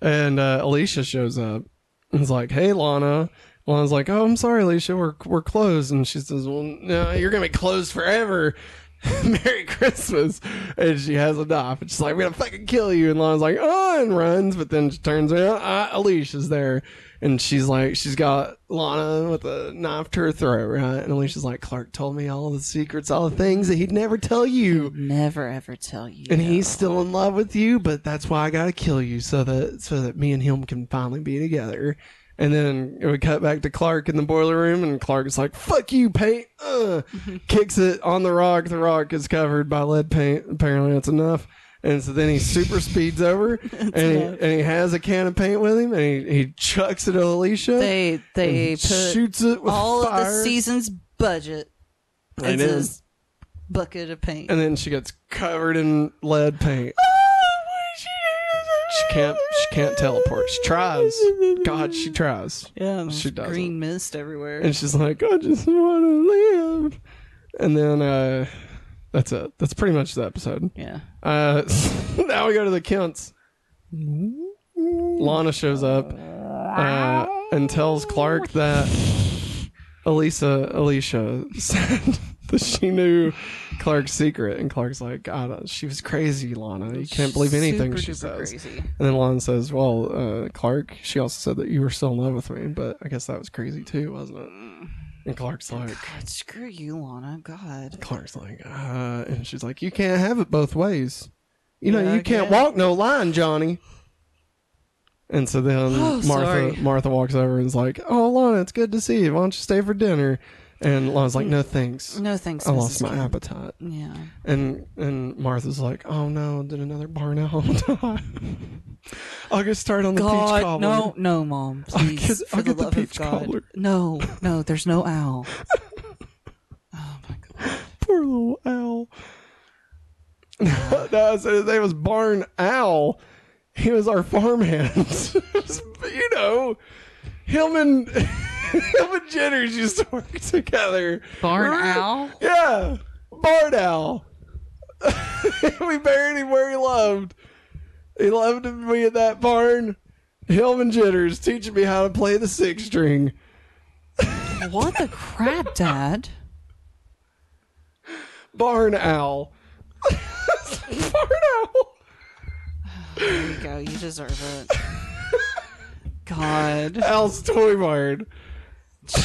Speaker 1: and uh, Alicia shows up. and is like, "Hey, Lana." Lana's like, "Oh, I'm sorry, Alicia. We're we're closed." And she says, "Well, no, you're gonna be closed forever." <laughs> Merry Christmas. And she has enough. And she's like, I'm going to fucking kill you. And Lana's like, oh, and runs. But then she turns around. Uh, Alicia's there. And she's like, she's got Lana with a knife to her throat, right? And Alicia's like, Clark told me all the secrets, all the things that he'd never tell you.
Speaker 2: Never ever tell you.
Speaker 1: And he's still in love with you, but that's why I gotta kill you so that so that me and him can finally be together. And then we cut back to Clark in the boiler room, and Clark is like, "Fuck you, paint!"
Speaker 2: <laughs>
Speaker 1: Uh, kicks it on the rock. The rock is covered by lead paint. Apparently, that's enough. And so then he
Speaker 2: <laughs>
Speaker 1: super speeds over, and he,
Speaker 2: enough.
Speaker 1: and he has a can of paint with him, and he, he chucks it at Alicia.
Speaker 2: They they
Speaker 1: and
Speaker 2: put
Speaker 1: shoots it with
Speaker 2: all
Speaker 1: fire.
Speaker 2: of the season's budget
Speaker 1: I
Speaker 2: into
Speaker 1: know.
Speaker 2: this bucket of paint.
Speaker 1: and then she gets covered in lead paint. She can't. She can't teleport. She tries. God, she tries.
Speaker 2: yeah, and
Speaker 1: she doesn't.
Speaker 2: green mist everywhere.
Speaker 1: And she's like, I just want to live. And then uh, that's it. That's pretty much the episode.
Speaker 2: yeah,
Speaker 1: Uh, <laughs> now we go to the Kents. Lana shows up uh, and tells Clark that Elisa, Alicia <laughs> said that she knew Clark's secret. And Clark's like, God, uh, she was crazy, Lana. You can't believe anything
Speaker 2: Super
Speaker 1: she
Speaker 2: duper
Speaker 1: says.
Speaker 2: Crazy.
Speaker 1: And then Lon says, "Well, uh, Clark, she also said that you were still in love with me, but I guess that was crazy too, wasn't it?" And Clark's like,
Speaker 2: God, screw you, Lana. God.
Speaker 1: "Clark's like," uh, and she's like, "You can't have it both ways. You know,
Speaker 2: Yeah,
Speaker 1: you
Speaker 2: I
Speaker 1: can't
Speaker 2: guess.
Speaker 1: walk no line, Johnny." And so then
Speaker 2: Oh,
Speaker 1: Martha
Speaker 2: sorry.
Speaker 1: Martha walks over and is like, "Oh, Lana, it's good to see you. Why don't you stay for dinner?" And Lana's like, "No, thanks.
Speaker 2: No thanks.
Speaker 1: I lost
Speaker 2: Mrs.
Speaker 1: my
Speaker 2: Kim.
Speaker 1: appetite."
Speaker 2: Yeah.
Speaker 1: And and Martha's like, "Oh no, did another <laughs> burnout? I'll get started on the peach
Speaker 2: God,
Speaker 1: cobbler."
Speaker 2: no, no, Mom, please,
Speaker 1: get-
Speaker 2: for
Speaker 1: I'll
Speaker 2: the
Speaker 1: get the
Speaker 2: love of
Speaker 1: peach
Speaker 2: God,
Speaker 1: cobbler.
Speaker 2: no, no, there's
Speaker 1: <laughs>
Speaker 2: no owl. oh my God,
Speaker 1: Poor little owl. <laughs> no, so his name was Barn Owl. He was our farmhand. <laughs> you know, him and <laughs> him and Jenners used to work together.
Speaker 3: Barn
Speaker 1: Remember?
Speaker 3: owl?
Speaker 1: Yeah, Barn Owl. <laughs> we buried him where he loved. He loved to be at that barn. Hillman Jitters teaching me how to play the six string.
Speaker 2: what the crap, Dad?
Speaker 1: Barn owl. <laughs> barn owl.
Speaker 2: There you go, you deserve
Speaker 1: <laughs>
Speaker 2: it. God,
Speaker 1: Al's toy barn. <laughs> I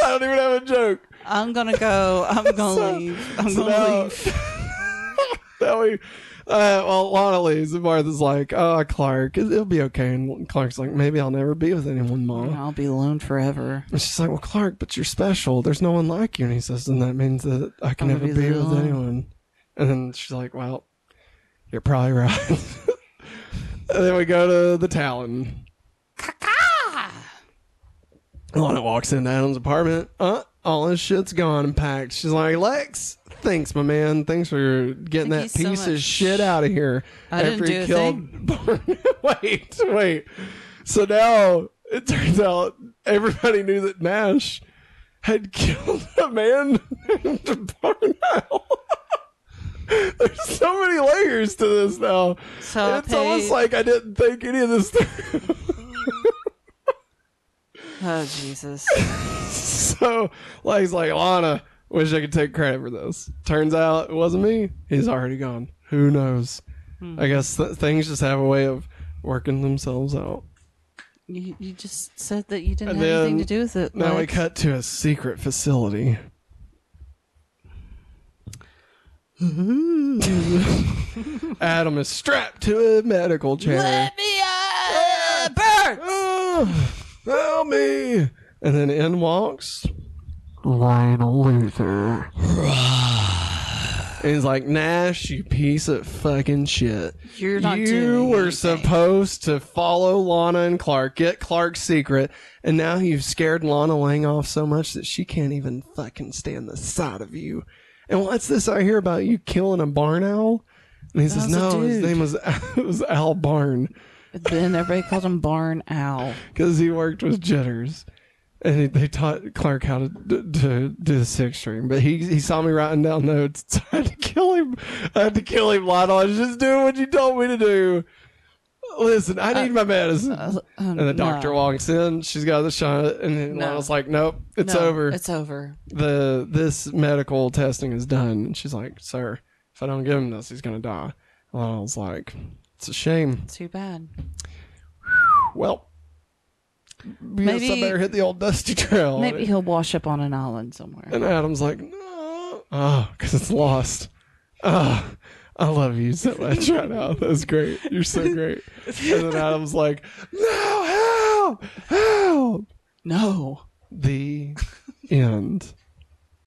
Speaker 1: don't even have a joke.
Speaker 2: I'm gonna go. I'm gonna leave. I'm
Speaker 1: So
Speaker 2: gonna
Speaker 1: now,
Speaker 2: leave.
Speaker 1: <laughs> now we, uh, well, Lana leaves, and Martha's like, "Oh, Clark, it- it'll be okay." And Clark's like, "Maybe I'll never be with anyone, Mom."
Speaker 2: I'll be alone forever.
Speaker 1: And she's like, "Well, Clark, but you're special. There's no one like you." And he says, "Then that means that I can
Speaker 2: I'm
Speaker 1: never
Speaker 2: gonna
Speaker 1: be,
Speaker 2: be the
Speaker 1: with
Speaker 2: only one."
Speaker 1: anyone." And then she's like, "Well, you're probably right." <laughs> and then we go to the Talon. Lana walks into Adam's apartment. Uh, all his shit's gone and packed. She's like, "Lex, thanks, my man. Thanks for getting
Speaker 2: Thank
Speaker 1: that
Speaker 2: you so
Speaker 1: piece of
Speaker 2: much."
Speaker 1: shit out of here."
Speaker 2: I didn't do a
Speaker 1: <laughs> wait, wait. So now it turns out everybody knew that Nash had killed a man named Barnell. <laughs> There's so many layers to this now.
Speaker 2: So I
Speaker 1: it's almost
Speaker 2: paid-
Speaker 1: like I didn't think any of this through. <laughs>
Speaker 2: Oh Jesus.
Speaker 1: so Lex like Lana, wish I could take credit for this. Turns out it wasn't me. He's already gone. Who knows?
Speaker 2: Hmm.
Speaker 1: I guess th- things just have a way of working themselves out.
Speaker 2: You, you just said that you didn't
Speaker 1: And
Speaker 2: have anything to
Speaker 1: then-
Speaker 2: do with it.
Speaker 1: Now we
Speaker 2: Lex.
Speaker 1: cut to a secret facility. <laughs> Adam is strapped to a medical chair.
Speaker 2: Let me out! Burn!
Speaker 1: Oh, <sighs> help me! And then in walks Lionel Luther. <sighs> And he's like, Nash, you piece of fucking shit.
Speaker 2: You're not
Speaker 1: you
Speaker 2: doing
Speaker 1: were
Speaker 2: anything."
Speaker 1: supposed to follow Lana and Clark, get Clark's secret, and now you've scared Lana Lang off so much that she can't even fucking stand the sight of you. And what's this I hear about you killing a barn owl? And he says,
Speaker 2: was a
Speaker 1: No, his
Speaker 2: dude."
Speaker 1: name was, <laughs> it was Al Barn
Speaker 2: Then everybody called him Barn Owl.
Speaker 1: because he worked with Jitters, and he, they taught Clark how to d- to do the six string. But he he saw me writing down <laughs> notes. So I had to kill him. I had to kill him, Lionel. I was just doing what you told me to do. Listen, I need my medicine. and the doctor
Speaker 2: Uh, no.
Speaker 1: walks in. She's got the shot, and then
Speaker 2: No.
Speaker 1: Lana's like, "Nope, it's
Speaker 2: No,
Speaker 1: over.
Speaker 2: It's over.
Speaker 1: the this medical testing is done." And she's like, "Sir, if I don't give him this, he's gonna die." And Lana's like, "It's a shame.
Speaker 2: Too bad.
Speaker 1: Well, maybe I
Speaker 2: Maybe-
Speaker 1: better hit the old dusty trail."
Speaker 2: Maybe he'll wash up on an island somewhere.
Speaker 1: And Adam's like, "No, oh, because it's lost. Oh, I love you so much right now. That was great. You're so great." And then Adam's like, "No, help, help."
Speaker 2: No.
Speaker 1: the end.